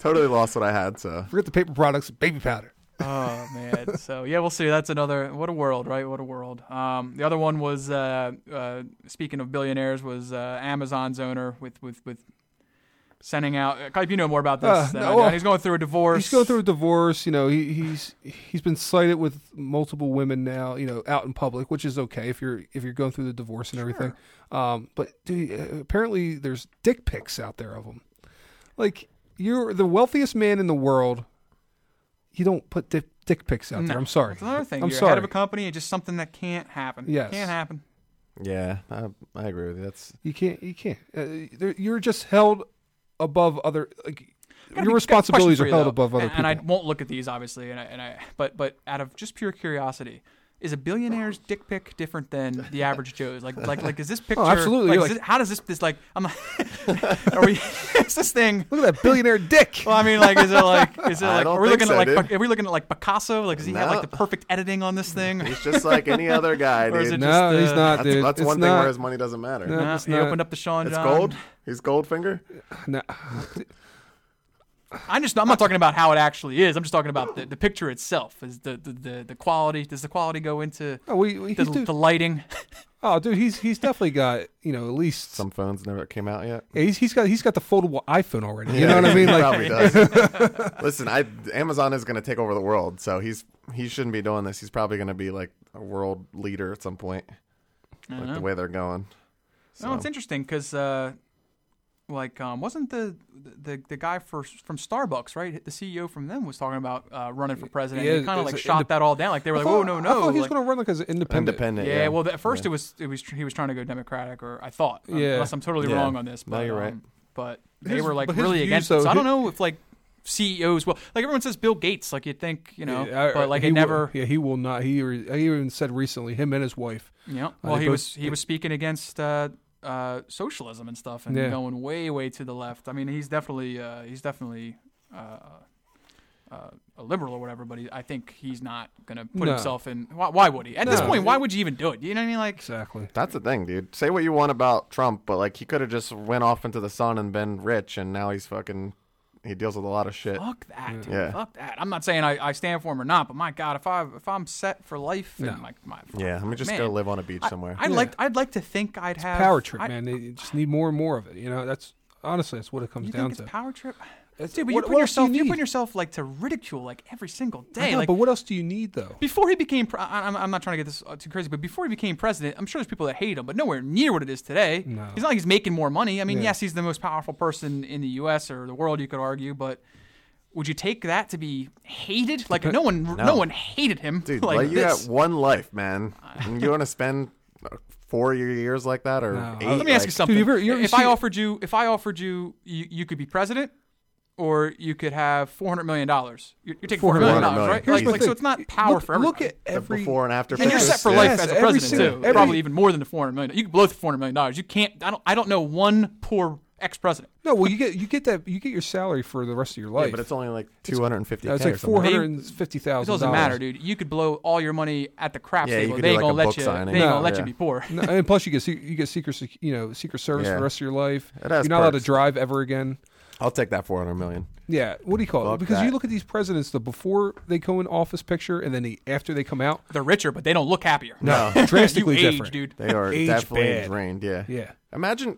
Speaker 3: Totally lost what I had. So
Speaker 1: Forget the paper products, baby powder.
Speaker 2: oh man so yeah we'll see that's another what a world right what a world um, the other one was uh, uh, speaking of billionaires was uh, amazon's owner with with with sending out uh, Kype, you know more about this
Speaker 1: Uh,
Speaker 2: than
Speaker 1: no,
Speaker 2: I do.
Speaker 1: well,
Speaker 2: he's going through a divorce
Speaker 1: He's going through a divorce. You know, he, he's he's been cited with multiple women now. You know, out in public, which is okay if you're if you're going through the divorce and everything. Um, but dude, apparently there's dick pics out there of him. Like you're the wealthiest man in the world. You don't put dick, dick pics out there. I'm sorry.
Speaker 2: that's another thing
Speaker 1: I'm
Speaker 2: you're
Speaker 1: sorry.
Speaker 2: head of a company and just something that can't happen
Speaker 1: Yes.
Speaker 2: can't happen
Speaker 3: yeah, I, I agree with you. That's
Speaker 1: you can't. You can't. Uh, there- you're just held above other. Like,
Speaker 2: Gotta be-
Speaker 1: your
Speaker 2: got a
Speaker 1: responsibilities
Speaker 2: question
Speaker 1: are
Speaker 2: for you,
Speaker 1: held
Speaker 2: though.
Speaker 1: above other
Speaker 2: and,
Speaker 1: people.
Speaker 2: And I won't look at these obviously, and I, and I but but out of just pure curiosity, is a billionaire's dick pic different than the average Joe's? Like like like is this picture?
Speaker 1: Oh, absolutely,
Speaker 2: Like,
Speaker 1: you're
Speaker 2: is
Speaker 1: like-
Speaker 2: this- how does this this like? I'm like, are we? is this thing?
Speaker 1: Look at that billionaire dick.
Speaker 2: Well, I mean, like, is it like, is it
Speaker 3: I
Speaker 2: like,
Speaker 3: don't
Speaker 2: are we
Speaker 3: think
Speaker 2: looking
Speaker 3: so,
Speaker 2: at like,
Speaker 3: dude.
Speaker 2: are we looking at like Picasso? Like, does he have
Speaker 3: No.
Speaker 2: like the perfect editing on this thing?
Speaker 3: he's just like any other guy,
Speaker 2: Or is
Speaker 3: dude.
Speaker 2: it
Speaker 1: no,
Speaker 2: just,
Speaker 1: he's
Speaker 2: uh,
Speaker 1: not,
Speaker 3: that's
Speaker 1: dude.
Speaker 3: that's
Speaker 1: It's
Speaker 3: one thing
Speaker 1: not-
Speaker 3: where his money doesn't matter.
Speaker 1: No.
Speaker 2: Nah,
Speaker 1: it's
Speaker 2: he
Speaker 1: not-
Speaker 2: opened up the Sean
Speaker 3: It's
Speaker 2: John.
Speaker 3: gold. He's Goldfinger.
Speaker 1: No,
Speaker 2: I just, I'm not talking about how it actually is. I'm just talking about the, the picture itself. Is the, the, the, the quality? Does the quality go into
Speaker 1: no, we, we,
Speaker 2: the,
Speaker 1: he's- dude-
Speaker 2: the lighting?
Speaker 1: Oh, dude, he's he's definitely got you know at least
Speaker 3: Some phones never came out yet.
Speaker 1: Yeah, he's, he's got he's got the foldable iPhone already. You
Speaker 3: Yeah,
Speaker 1: know what I mean?
Speaker 3: He
Speaker 1: Like,
Speaker 3: probably does. Listen, I Amazon is going to take over the world, so he's he shouldn't be doing this. He's probably going to be like a world leader at some point,
Speaker 2: I
Speaker 3: like
Speaker 2: dunno.
Speaker 3: the way they're going.
Speaker 2: Uh-huh. No, it's interesting because, uh, like, um, wasn't the, the the guy for from Starbucks right? The CEO from them was talking about uh, running for president.
Speaker 1: Yeah,
Speaker 2: and he kind of
Speaker 1: it's
Speaker 2: like
Speaker 1: a
Speaker 2: shot
Speaker 1: indep-
Speaker 2: that all down. Like they were
Speaker 1: I
Speaker 2: like,
Speaker 1: thought-
Speaker 2: "Whoa, no,
Speaker 1: I
Speaker 2: no!"
Speaker 1: thought he was
Speaker 2: like-
Speaker 1: going to run like as an independent.
Speaker 3: Independent.
Speaker 2: yeah,
Speaker 3: Yeah,
Speaker 2: well, at first it was it was he was trying to go Democratic, or I thought. um,
Speaker 1: Yeah.
Speaker 2: unless I'm totally
Speaker 3: Yeah.
Speaker 2: wrong on this.
Speaker 3: No,
Speaker 2: But,
Speaker 3: you're right.
Speaker 2: um, but they
Speaker 1: His-
Speaker 2: were like
Speaker 1: but his
Speaker 2: really
Speaker 1: views,
Speaker 2: against
Speaker 1: though,
Speaker 2: it. So I
Speaker 1: he-
Speaker 2: don't know if like CEOs will like everyone says Bill Gates. Like you'd think, you know,
Speaker 1: Yeah, I-
Speaker 2: but like
Speaker 1: he
Speaker 2: it
Speaker 1: will-
Speaker 2: never.
Speaker 1: yeah, he will not. He re- he even said recently him and his wife.
Speaker 2: Yeah.
Speaker 1: I
Speaker 2: Well,
Speaker 1: think
Speaker 2: he
Speaker 1: both-
Speaker 2: was he was speaking against uh, uh, socialism and stuff, and
Speaker 1: Yeah.
Speaker 2: going way way to the left. I mean, he's definitely uh, he's definitely uh, uh, a liberal or whatever, but he, I think he's not going to put
Speaker 1: No.
Speaker 2: himself in. Why, why would he? At this
Speaker 1: No.
Speaker 2: point, why would you even do it? You know what I mean? Like,
Speaker 1: Exactly.
Speaker 3: That's the thing, dude. Say what you want about Trump, but like he could have just went off into the sun and been rich, and now he's fucking. He deals with a lot of shit.
Speaker 2: fuck that. dude.
Speaker 3: Yeah.
Speaker 2: Fuck that. I'm not saying I, I stand for him or not, but my God, if I if I'm set for life, and
Speaker 1: No.
Speaker 2: my, my
Speaker 3: Yeah, let me just
Speaker 2: man,
Speaker 3: go live on a beach
Speaker 2: I,
Speaker 3: somewhere.
Speaker 2: I'd
Speaker 1: Yeah.
Speaker 2: like I'd like to think I'd have
Speaker 1: power trip,
Speaker 2: I-
Speaker 1: man. They just need more and more of it. You know, that's honestly that's what it comes
Speaker 2: You
Speaker 1: down
Speaker 2: think it's
Speaker 1: to.
Speaker 2: power trip?
Speaker 1: It's-
Speaker 2: Dude, but
Speaker 1: what- what
Speaker 2: you
Speaker 1: else
Speaker 2: put
Speaker 1: do you
Speaker 2: yourself you put
Speaker 1: need?
Speaker 2: yourself like to ridicule like every single
Speaker 1: I
Speaker 2: day.
Speaker 1: know,
Speaker 2: like
Speaker 1: but what else do you need though?
Speaker 2: before he became, pre- I- I'm, I'm not trying to get this uh, too crazy, but before he became president, I'm sure there's people that hate him, but nowhere near what it is today.
Speaker 1: No.
Speaker 2: It's not like he's making more money. I mean,
Speaker 1: Yeah.
Speaker 2: yes, he's the most powerful person in the U.S. or the world, you could argue, but would you take that to be hated? Like no one, no, one hated him.
Speaker 3: Dude,
Speaker 2: like,
Speaker 3: like, you
Speaker 2: this.
Speaker 3: got one life, man. And you want to spend uh, four years like that or
Speaker 1: No,
Speaker 3: eight?
Speaker 1: I-
Speaker 2: Let me ask
Speaker 3: like-
Speaker 2: you something.
Speaker 1: Dude, you've ever- you ever
Speaker 2: if I
Speaker 1: seen-
Speaker 2: offered you, if I offered you, you, you could be president, or you could have four hundred million dollars. You're, you're taking four hundred million dollars,
Speaker 3: $400
Speaker 2: right? Like,
Speaker 3: million.
Speaker 1: Here's my
Speaker 2: like, so
Speaker 1: thing.
Speaker 2: it's not power
Speaker 1: look,
Speaker 2: for everyone.
Speaker 1: look at every
Speaker 3: before and after
Speaker 2: and you're
Speaker 3: pictures,
Speaker 2: set for
Speaker 3: yeah.
Speaker 2: life
Speaker 1: Yes,
Speaker 2: as a
Speaker 1: every
Speaker 2: president
Speaker 1: single-
Speaker 2: too.
Speaker 1: every-
Speaker 2: Probably even more than the four hundred million. You could blow through four hundred million dollars. You can't. I don't. I don't know one poor ex-president.
Speaker 1: No, well, you get you get that you get your salary for the rest of your life.
Speaker 3: Yeah, but it's only like 250
Speaker 1: Yeah, it's like four hundred and fifty
Speaker 2: It
Speaker 1: thousand.
Speaker 2: doesn't matter, dude. You could blow all your money at the crap
Speaker 3: Yeah, you
Speaker 2: table.
Speaker 3: could
Speaker 2: They
Speaker 3: do
Speaker 2: ain't
Speaker 3: like a
Speaker 2: gonna let
Speaker 3: book
Speaker 2: you. They ain't
Speaker 3: signing.
Speaker 1: No,
Speaker 2: gonna let
Speaker 3: yeah.
Speaker 2: you be poor.
Speaker 1: No, and plus, you get se- you get secret sec- you know secret service for
Speaker 3: Yeah.
Speaker 1: the rest of your life.
Speaker 3: It has
Speaker 1: You're not allowed to
Speaker 3: perks.
Speaker 1: drive ever again.
Speaker 3: I'll take that 400 million.
Speaker 1: Yeah, what do you call
Speaker 3: Fuck
Speaker 1: it? Because you
Speaker 3: that.
Speaker 1: look at these presidents, the before they go in office picture, and then the after they come out,
Speaker 2: They're richer, but they don't look happier.
Speaker 1: no,
Speaker 3: Oh.
Speaker 1: drastically
Speaker 2: you age,
Speaker 1: different,
Speaker 2: dude.
Speaker 3: They are
Speaker 1: Age
Speaker 3: definitely
Speaker 1: bad.
Speaker 3: drained. Yeah.
Speaker 1: Yeah,
Speaker 3: Imagine,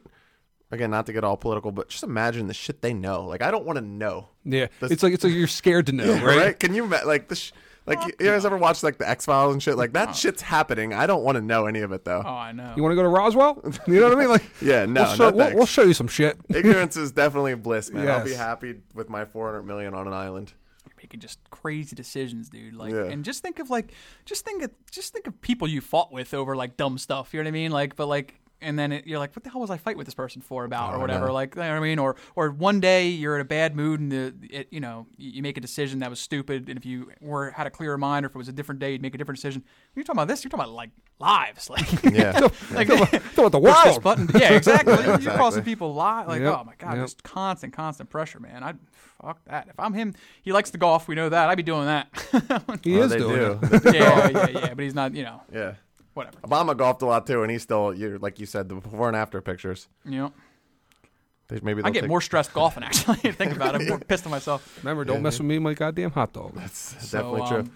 Speaker 3: again, not to get all political, but just imagine the shit they know. Like, I don't want to know.
Speaker 1: yeah.
Speaker 3: That's-
Speaker 1: it's like it's like you're scared to know,
Speaker 3: Right?
Speaker 1: right?
Speaker 3: Can you ima- like this? Sh- like you guys ever watch like the X Files and shit? Like that shit's happening. I don't want to know any of it though.
Speaker 2: Oh, I know.
Speaker 1: You want to go to Roswell? You know what I mean? Like,
Speaker 3: Yeah, no,
Speaker 1: we'll show,
Speaker 3: no
Speaker 1: we'll,
Speaker 3: thanks.
Speaker 1: we'll show you some shit.
Speaker 3: Ignorance is definitely bliss, man. I'll be
Speaker 1: Yes.
Speaker 3: happy with my 400 million on an island.
Speaker 2: making just crazy decisions, dude. Like,
Speaker 3: Yeah.
Speaker 2: and just think of like, just think of just think of people you fought with over like dumb stuff. You know what I mean? Like, but like, and then it, you're like, what the hell was I fight with this person for about or whatever? Like, you know what I mean? Or or one day you're in a bad mood and the it, you know you you make a decision that was stupid, and if you were had a clearer mind, or if it was a different day, you'd make a different decision. When you're talking about this, you're talking about like lives, like
Speaker 3: Yeah.
Speaker 2: like.
Speaker 1: Talk about the
Speaker 2: push this
Speaker 1: world.
Speaker 2: button. Yeah, exactly. You're- You're
Speaker 3: Exactly.
Speaker 2: causing people lie. Like,
Speaker 1: Yep,
Speaker 2: oh my god,
Speaker 1: yep.
Speaker 2: just constant, constant pressure, man. I fuck that. If I'm him, he likes the golf. We know that. I'd be doing that.
Speaker 1: He is
Speaker 3: Well, Oh, they
Speaker 1: doing
Speaker 3: do.
Speaker 1: it.
Speaker 2: yeah, yeah, yeah. But he's not. You know,
Speaker 3: yeah.
Speaker 2: whatever.
Speaker 3: Obama golfed a lot too, and he's still you like you said the before and after pictures.
Speaker 2: You know,
Speaker 3: They- Maybe
Speaker 2: I
Speaker 3: they'll
Speaker 2: get
Speaker 3: take-
Speaker 2: more stressed golfing actually. I Think about it. I'm more pissed at myself.
Speaker 1: Remember, don't mess with me, and my goddamn hot dog.
Speaker 3: That's
Speaker 2: So,
Speaker 3: definitely true.
Speaker 2: um,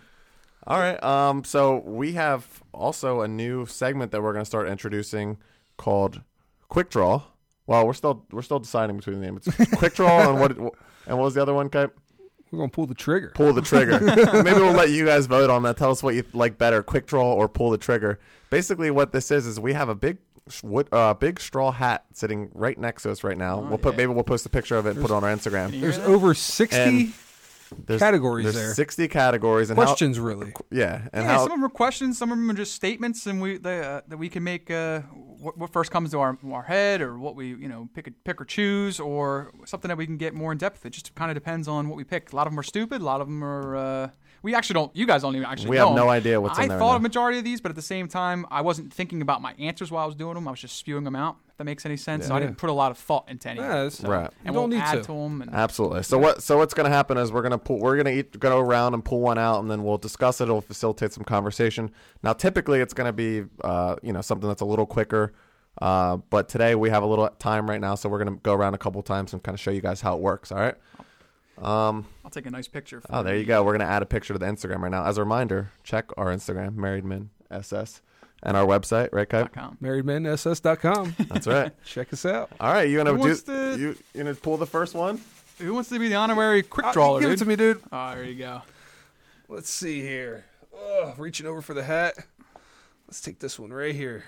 Speaker 3: All right. Um. So we have also a new segment that we're going to start introducing called Quick Draw. Well, we're still we're still deciding between the names. It's Quick Draw and what and what was the other one? Kate?
Speaker 1: We're gonna pull the trigger.
Speaker 3: Pull the trigger. Maybe we'll let you guys vote on that. Tell us what you like better: Quick Draw or Pull the Trigger. Basically, what this is is we have a big s- wood, uh, big straw hat sitting right next to us right now. we'll put
Speaker 2: Oh, yeah.
Speaker 3: maybe we'll post a picture of it and put it on our Instagram.
Speaker 2: you
Speaker 1: There's
Speaker 2: hear that?
Speaker 1: over sixty
Speaker 3: And There's,
Speaker 1: categories
Speaker 3: there's
Speaker 1: there.
Speaker 3: Sixty categories and how-
Speaker 1: questions, really.
Speaker 3: yeah, and
Speaker 2: Yeah,
Speaker 3: how
Speaker 2: some of them are questions, some of them are just statements, and we they, uh, that we can make uh, what, what first comes to our our head, or what we you know pick pick or choose, or something that we can get more in depth. It just kind of depends on what we pick. A lot of them are stupid. A lot of them are. Uh, we actually don't. You guys don't even actually.
Speaker 3: We
Speaker 2: know
Speaker 3: have no
Speaker 2: 'em.
Speaker 3: idea what's in
Speaker 2: I
Speaker 3: there,
Speaker 2: thought
Speaker 3: no.
Speaker 2: a majority of these, but at the same time, I wasn't thinking about my answers while I was doing them. I was just spewing them out. If that makes any sense, so I
Speaker 1: Yeah.
Speaker 2: didn't put a lot of thought into any. of
Speaker 1: Yeah,
Speaker 2: them.
Speaker 1: it's-
Speaker 2: So-
Speaker 3: Right. Ah.
Speaker 1: You
Speaker 2: And
Speaker 1: don't
Speaker 2: we'll
Speaker 1: need
Speaker 2: add
Speaker 1: to.
Speaker 2: them. And,
Speaker 3: Absolutely. So what? So what's going to happen is we're going to pull. We're going to each go around and pull one out, and then we'll discuss it. It'll facilitate some conversation. Now, typically, it's going to be uh, you know something that's a little quicker. Uh, but today we have a little time right now, so we're going to go around a couple times and kind of show you guys how it works. All right. Um.
Speaker 2: I'll take a nice picture. For
Speaker 3: Oh, there you go. We're going to add a picture to the Instagram right now. As a reminder, check our Instagram, Married Men SS, and our website, right, Kai?
Speaker 2: com.
Speaker 1: MarriedMenSS.com.
Speaker 3: That's right.
Speaker 1: Check us out.
Speaker 3: All right, you gonna
Speaker 2: Who
Speaker 3: do?
Speaker 2: wants to-
Speaker 3: You, you gonna pull the first one?
Speaker 2: Who wants to be the honorary quick
Speaker 1: Uh,
Speaker 2: drawer?
Speaker 1: give it
Speaker 2: dude?
Speaker 1: to me, dude.
Speaker 2: Oh, there you go.
Speaker 1: Let's see here. Oh, reaching over for the hat. Let's take this one right here.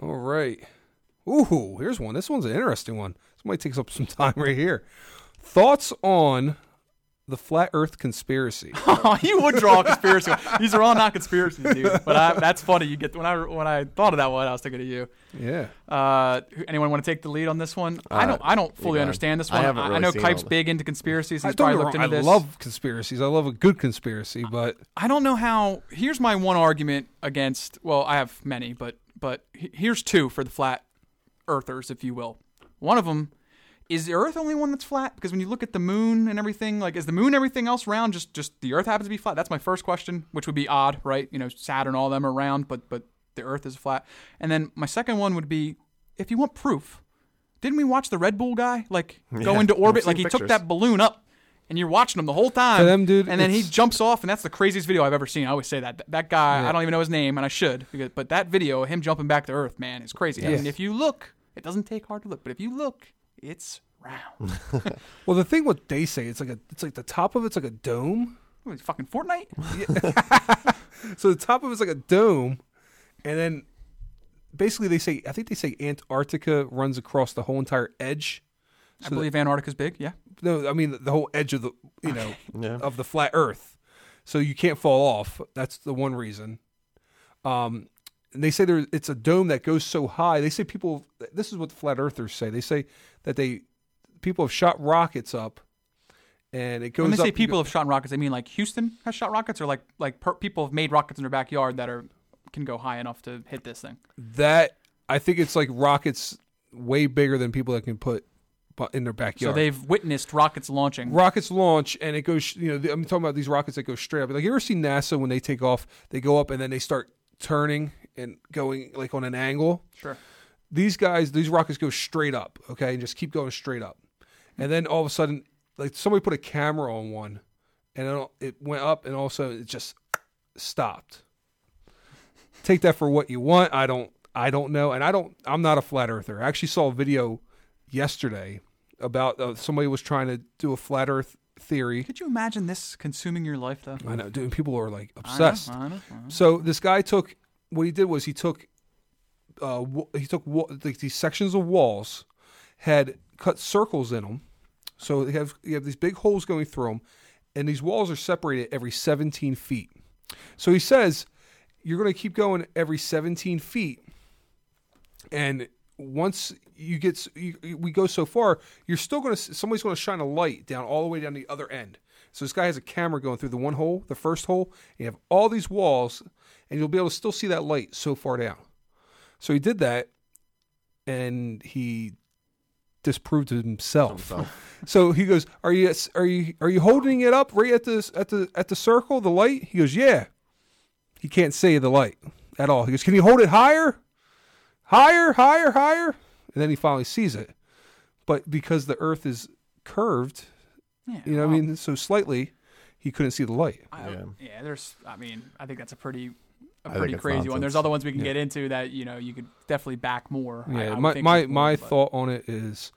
Speaker 1: All right. Ooh, here's one. This one's an interesting one. This might take up some time right here. Thoughts on the flat Earth conspiracy?
Speaker 2: Oh, you would draw a conspiracy. These are all not conspiracies, dude. But I, that's funny. You get when I when I thought of that one, I was thinking of you.
Speaker 1: yeah.
Speaker 2: Uh, who- anyone want to take the lead on this one? I
Speaker 3: Uh,
Speaker 2: don't. I don't
Speaker 3: you
Speaker 2: fully
Speaker 3: go ahead.
Speaker 2: understand this
Speaker 3: I
Speaker 2: one.
Speaker 3: haven't really
Speaker 2: know
Speaker 3: seen
Speaker 2: Kipe's
Speaker 3: all the-
Speaker 2: big into conspiracies. He's
Speaker 1: I, don't get
Speaker 2: probably
Speaker 1: me
Speaker 2: looked
Speaker 1: wrong,
Speaker 2: into
Speaker 1: I
Speaker 2: this.
Speaker 1: love conspiracies. I love a good conspiracy, but
Speaker 2: I don't know how. Here's my one argument against. Well, I have many, but but he- here's two for the flat earthers, if you will. One of them is the Earth the only one that's flat? Because when you look at the moon and everything, like is the moon everything else round? Just just the Earth happens to be flat. That's my first question, which would be odd, right? You know, Saturn, all them are round, but but the Earth is flat. And then my second one would be, if you want proof, didn't we watch the Red Bull guy like go
Speaker 3: Yeah,
Speaker 2: into
Speaker 3: I've
Speaker 2: orbit?
Speaker 3: seen
Speaker 2: Like he took
Speaker 3: pictures.
Speaker 2: that balloon up. And you're watching him the whole time,
Speaker 1: To them, dude,
Speaker 2: and then he
Speaker 1: it's-
Speaker 2: jumps off, and that's the craziest video I've ever seen. I always say that. Th- That guy, I don't even know his name, and I should, because, but that video, him jumping back to Earth, man, is crazy.
Speaker 1: Yes.
Speaker 2: And if you look, it doesn't take hard to look, but if you look, it's
Speaker 1: Mm.
Speaker 2: round.
Speaker 1: Well, the thing what they say it's like a it's like the top of it's like a dome.
Speaker 2: What, is it, fucking Fortnite?
Speaker 1: So the top of it's like a dome, and then basically they say I think they say Antarctica runs across the whole entire edge.
Speaker 2: I
Speaker 1: So
Speaker 2: believe Antarctica's big. Yeah,
Speaker 1: No, I mean the whole edge of the you know
Speaker 3: Yeah.
Speaker 1: of the flat Earth, so you can't fall off. That's the one reason. Um, and they say there it's a dome that goes so high. They say people. This is what the flat Earthers say. They say that they people have shot rockets up, and it goes.
Speaker 2: when they
Speaker 1: up,
Speaker 2: say
Speaker 1: you
Speaker 2: people
Speaker 1: go-
Speaker 2: have shot rockets, they mean like Houston has shot rockets, or like like per- people have made rockets in their backyard that are can go high enough to hit this thing.
Speaker 1: that I think it's like rockets way bigger than people that can put bu- in their backyard.
Speaker 2: So they've witnessed rockets launching.
Speaker 1: rockets launch and it goes you know the- i'm talking about these rockets that go straight up like you ever see nasa when they take off they go up and then they start turning and going like on an angle
Speaker 2: Sure.
Speaker 1: these guys these rockets go straight up okay and just keep going straight up and then all of a sudden like somebody put a camera on one and it, it went up and all of a sudden it just stopped take that for what you want i don't i don't know and i don't i'm not a flat earther i actually saw a video yesterday about uh, somebody was trying to do a flat earth theory
Speaker 2: Could you imagine this consuming your life though?
Speaker 1: i know dude people are like
Speaker 2: I know,
Speaker 1: obsessed
Speaker 2: I know, I know.
Speaker 1: so this guy took what he did was he took uh wa- he took wa- like these sections of walls had cut circles in them. So they have you have these big holes going through them and these walls are separated every 17 feet. So he says you're going to keep going every 17 feet and once you get s- you, you- we go so far you're still going to somebody's going to shine a light down all the way down the other end so this guy has a camera going through the one hole the first hole and you have all these walls and you'll be able to still see that light so far down so he did that and he disproved himself so he goes are you are you are you holding it up right at this at the at the circle the light he goes yeah he can't see the light at all he goes can you hold it higher higher, higher, higher. And then he finally sees it. But because the earth is curved,
Speaker 2: Yeah,
Speaker 1: you know
Speaker 2: wow.
Speaker 1: what I mean? So slightly, he couldn't see the light.
Speaker 2: I, yeah.
Speaker 3: Yeah.
Speaker 2: there's. I mean, I think that's a pretty, a
Speaker 3: think
Speaker 2: pretty
Speaker 3: it's
Speaker 2: crazy one. There's
Speaker 3: nonsense.
Speaker 2: other ones we can get into that you know you could definitely back more. I- I
Speaker 1: Yeah,
Speaker 2: would
Speaker 1: my
Speaker 2: think
Speaker 1: my,
Speaker 2: before,
Speaker 1: my
Speaker 2: but-
Speaker 1: thought on it is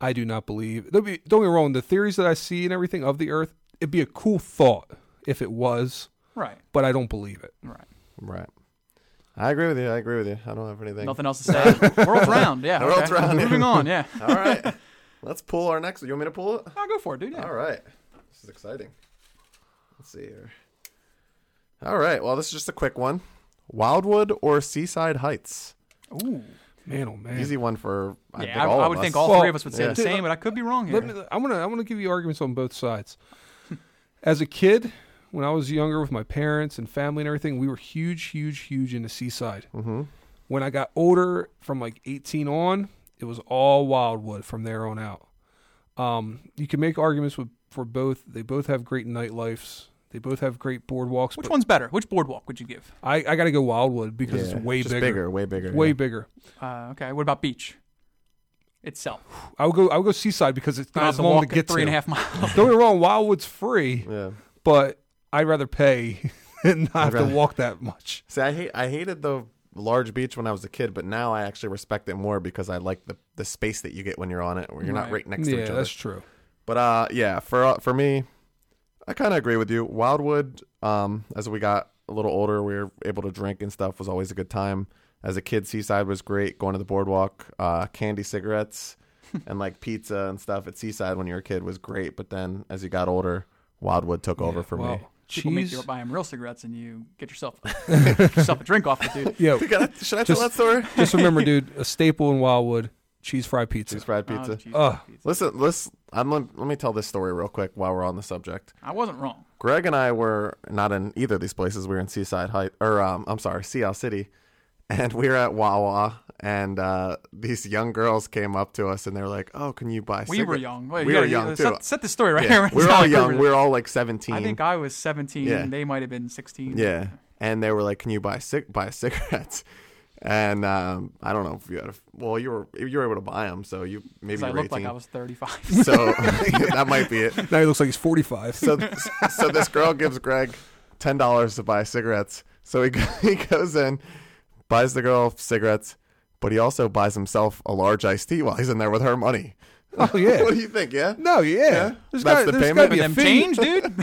Speaker 1: I do not believe. Don't be, don't get me wrong, the theories that I see and everything of the earth, it'd be a cool thought if it was,
Speaker 2: Right,
Speaker 1: but I don't believe it.
Speaker 2: right.
Speaker 3: Right. I agree with you. I agree with you. I don't have anything.
Speaker 2: Nothing else to say. World's round. Yeah.
Speaker 3: The world's
Speaker 2: okay.
Speaker 3: round.
Speaker 2: Moving on. Yeah.
Speaker 3: All right. Let's pull our next. You want me to pull it?
Speaker 2: I'll go for it, dude. Yeah.
Speaker 3: All right. This is exciting. Let's see here. All right. Well, this is just a quick one. Wildwood or Seaside Heights?
Speaker 2: Ooh.
Speaker 1: Man, oh man.
Speaker 3: Easy one for I
Speaker 2: yeah,
Speaker 3: think
Speaker 2: I,
Speaker 3: all
Speaker 2: I
Speaker 3: of
Speaker 2: would
Speaker 3: us.
Speaker 2: think all
Speaker 1: Well,
Speaker 2: three of us would say
Speaker 3: yeah.
Speaker 2: the same, but I could be wrong here.
Speaker 1: Let me, I'm gonna I'm gonna give you arguments on both sides. As a kid, when I was younger with my parents and family and everything, we were huge, huge, huge into seaside. Mm-hmm. When I got older, from like 18 on, it was all wildwood from there on out. Um, you can make arguments with for both. They both have great nightlifes. They both have great boardwalks.
Speaker 2: Which
Speaker 1: but
Speaker 2: one's better? Which boardwalk would you give?
Speaker 1: I, I got to go wildwood because
Speaker 3: Yeah,
Speaker 1: it's way
Speaker 3: just
Speaker 1: bigger,
Speaker 3: way bigger,
Speaker 1: way
Speaker 3: yeah.
Speaker 1: bigger.
Speaker 2: Uh, okay. What about beach itself?
Speaker 1: I would go. I would go seaside because it's not
Speaker 2: Not
Speaker 1: as long to
Speaker 2: walk
Speaker 1: get
Speaker 2: three
Speaker 1: to.
Speaker 2: and a half miles.
Speaker 1: Don't get me wrong. Wildwood's free.
Speaker 3: Yeah.
Speaker 1: but I'd rather pay and not have
Speaker 3: rather-
Speaker 1: to walk that much.
Speaker 3: See, I hate I hated the large beach when I was a kid, but now I actually respect it more because I like the the space that you get when you're on it, where you're not
Speaker 2: Right.
Speaker 3: right next to
Speaker 1: yeah,
Speaker 3: each other.
Speaker 1: that's true.
Speaker 3: But uh, yeah, for uh, for me, I kind of agree with you. Wildwood, um, as we got a little older, we were able to drink and stuff. Was always a good time. As a kid, Seaside was great. Going to the boardwalk, uh, candy cigarettes, and like pizza and stuff at Seaside when you were a kid was great. But then as you got older, Wildwood took over for me.
Speaker 1: Well,
Speaker 2: People make
Speaker 1: cheese.
Speaker 2: you buy them real cigarettes, and you get yourself, get yourself a drink off it, dude.
Speaker 1: Yo,
Speaker 3: Should I
Speaker 1: tell
Speaker 3: tell
Speaker 1: that
Speaker 3: that story?
Speaker 1: just remember, dude, a staple in Wildwood, cheese fried pizza.
Speaker 3: Cheese fried
Speaker 2: Oh,
Speaker 3: pizza.
Speaker 2: Jesus,
Speaker 1: Ugh.
Speaker 2: pizza.
Speaker 3: Listen, let's. I'm. Let me tell this story real quick while we're on the subject.
Speaker 2: I wasn't wrong.
Speaker 3: Greg and I were not in either of these places. We were in Seaside Heights, or um, I'm sorry, Seattle City, and we were at Wawa, and uh, these young girls came up to us, and they were like, "Oh, can you buy?"
Speaker 2: We were
Speaker 3: cigarettes?"
Speaker 2: young. Wait,
Speaker 3: we
Speaker 2: you
Speaker 3: were
Speaker 2: gotta-
Speaker 3: young too.
Speaker 2: Set, set the story right
Speaker 3: Yeah,
Speaker 2: here.
Speaker 3: we were all young. We were all like seventeen.
Speaker 2: I think I was 17.
Speaker 3: Yeah.
Speaker 2: They might have been 16.
Speaker 3: yeah, and they were like, "Can you buy cig- buy cigarettes?" And um, I don't know if you had. A, well, you were you were able to buy them, so you maybe
Speaker 2: 'Cause
Speaker 3: you
Speaker 2: I
Speaker 3: were
Speaker 2: looked
Speaker 3: 18.
Speaker 2: like I was 35.
Speaker 3: so that might be it.
Speaker 1: Now he looks like he's 45.
Speaker 3: So, so this girl gives Greg ten dollars to buy cigarettes. So he go- he goes in, buys the girl cigarettes, but he also buys himself a large iced tea while he's in there with her money.
Speaker 1: oh yeah.
Speaker 3: what do you think? Yeah,
Speaker 1: No, yeah. There's
Speaker 3: That's
Speaker 1: gotta-
Speaker 3: the
Speaker 1: there's
Speaker 3: payment?
Speaker 1: gotta be a
Speaker 2: them
Speaker 1: fee.
Speaker 2: change, dude.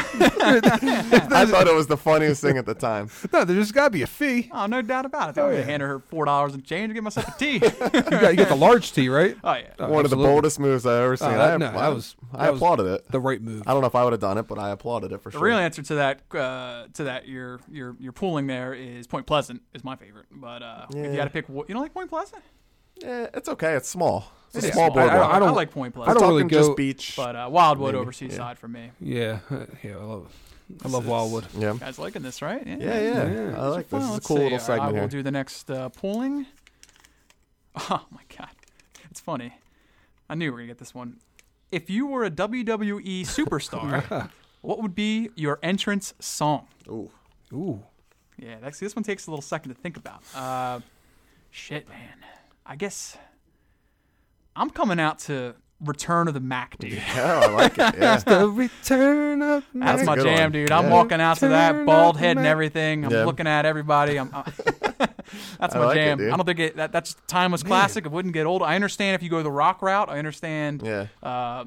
Speaker 3: I thought it was the funniest thing at the time.
Speaker 1: No, there's got to be a fee.
Speaker 2: Oh, no doubt about it.
Speaker 1: Oh,
Speaker 2: I'm
Speaker 1: yeah.
Speaker 2: gonna hand her four dollars and change and get myself a tea.
Speaker 1: You got, you got the large tea, right?
Speaker 2: oh yeah.
Speaker 1: Oh,
Speaker 3: One of the
Speaker 1: absolutely.
Speaker 3: boldest moves I've ever seen.
Speaker 1: Oh, that-
Speaker 3: I,
Speaker 1: no,
Speaker 3: I,
Speaker 1: that was-
Speaker 3: I
Speaker 1: that was-
Speaker 3: applauded it.
Speaker 1: The right move.
Speaker 3: I don't know if I would have done it, but I applauded it for
Speaker 2: The
Speaker 3: sure.
Speaker 2: real answer to that uh, to that your your your pooling there is Point Pleasant is my favorite. But uh, if
Speaker 3: Yeah.
Speaker 2: you had to pick, what, you don't like Point Pleasant?
Speaker 3: Yeah, it's okay. It's small. It's
Speaker 2: It
Speaker 3: a
Speaker 2: is
Speaker 3: small
Speaker 1: I- I-
Speaker 3: boardwalk.
Speaker 2: I,
Speaker 1: I don't-
Speaker 2: like Point
Speaker 1: I
Speaker 2: Pleasant,
Speaker 1: don't really
Speaker 3: Talking just
Speaker 1: go-
Speaker 3: beach.
Speaker 2: but uh, Wildwood
Speaker 3: Maybe,
Speaker 2: over seaside for me.
Speaker 1: Yeah, uh, yeah, I love, I love
Speaker 2: is-
Speaker 1: Wildwood.
Speaker 3: yeah.
Speaker 2: You guys liking this, right?
Speaker 3: Yeah, yeah,
Speaker 1: Yeah.
Speaker 3: I like
Speaker 2: Well,
Speaker 3: this. This is a
Speaker 2: let's
Speaker 3: cool
Speaker 2: see.
Speaker 3: little
Speaker 2: I
Speaker 3: segment
Speaker 2: will
Speaker 3: here.
Speaker 2: do the nenext uh, pooling. Oh my god, it's funny. I knew we were gonna get this one. If you were a WWE superstar, what would be your entrance song?
Speaker 3: Ooh.
Speaker 1: Ooh,
Speaker 2: Yeah, that's, this one takes a little second to think about. Uh, shit, man. I guess I'm coming out to Return of the Mac, dude.
Speaker 3: Yeah, I like it. Yeah.
Speaker 1: the return of
Speaker 2: That's
Speaker 3: That's a
Speaker 2: my
Speaker 3: good
Speaker 2: jam,
Speaker 3: one.
Speaker 2: dude. I'm
Speaker 3: Yeah.
Speaker 2: walking out to that
Speaker 1: Turn
Speaker 2: bald
Speaker 1: up
Speaker 2: head and
Speaker 1: the-
Speaker 2: everything. I'm
Speaker 3: Yeah.
Speaker 2: looking at everybody. I'm, I'm- that's
Speaker 3: I
Speaker 2: my
Speaker 3: like it,
Speaker 2: jam.
Speaker 3: dude.
Speaker 2: I don't think it, that that's timeless classic. It wouldn't get old. I understand if you go the rock route. I understand.
Speaker 3: Yeah.
Speaker 2: Uh,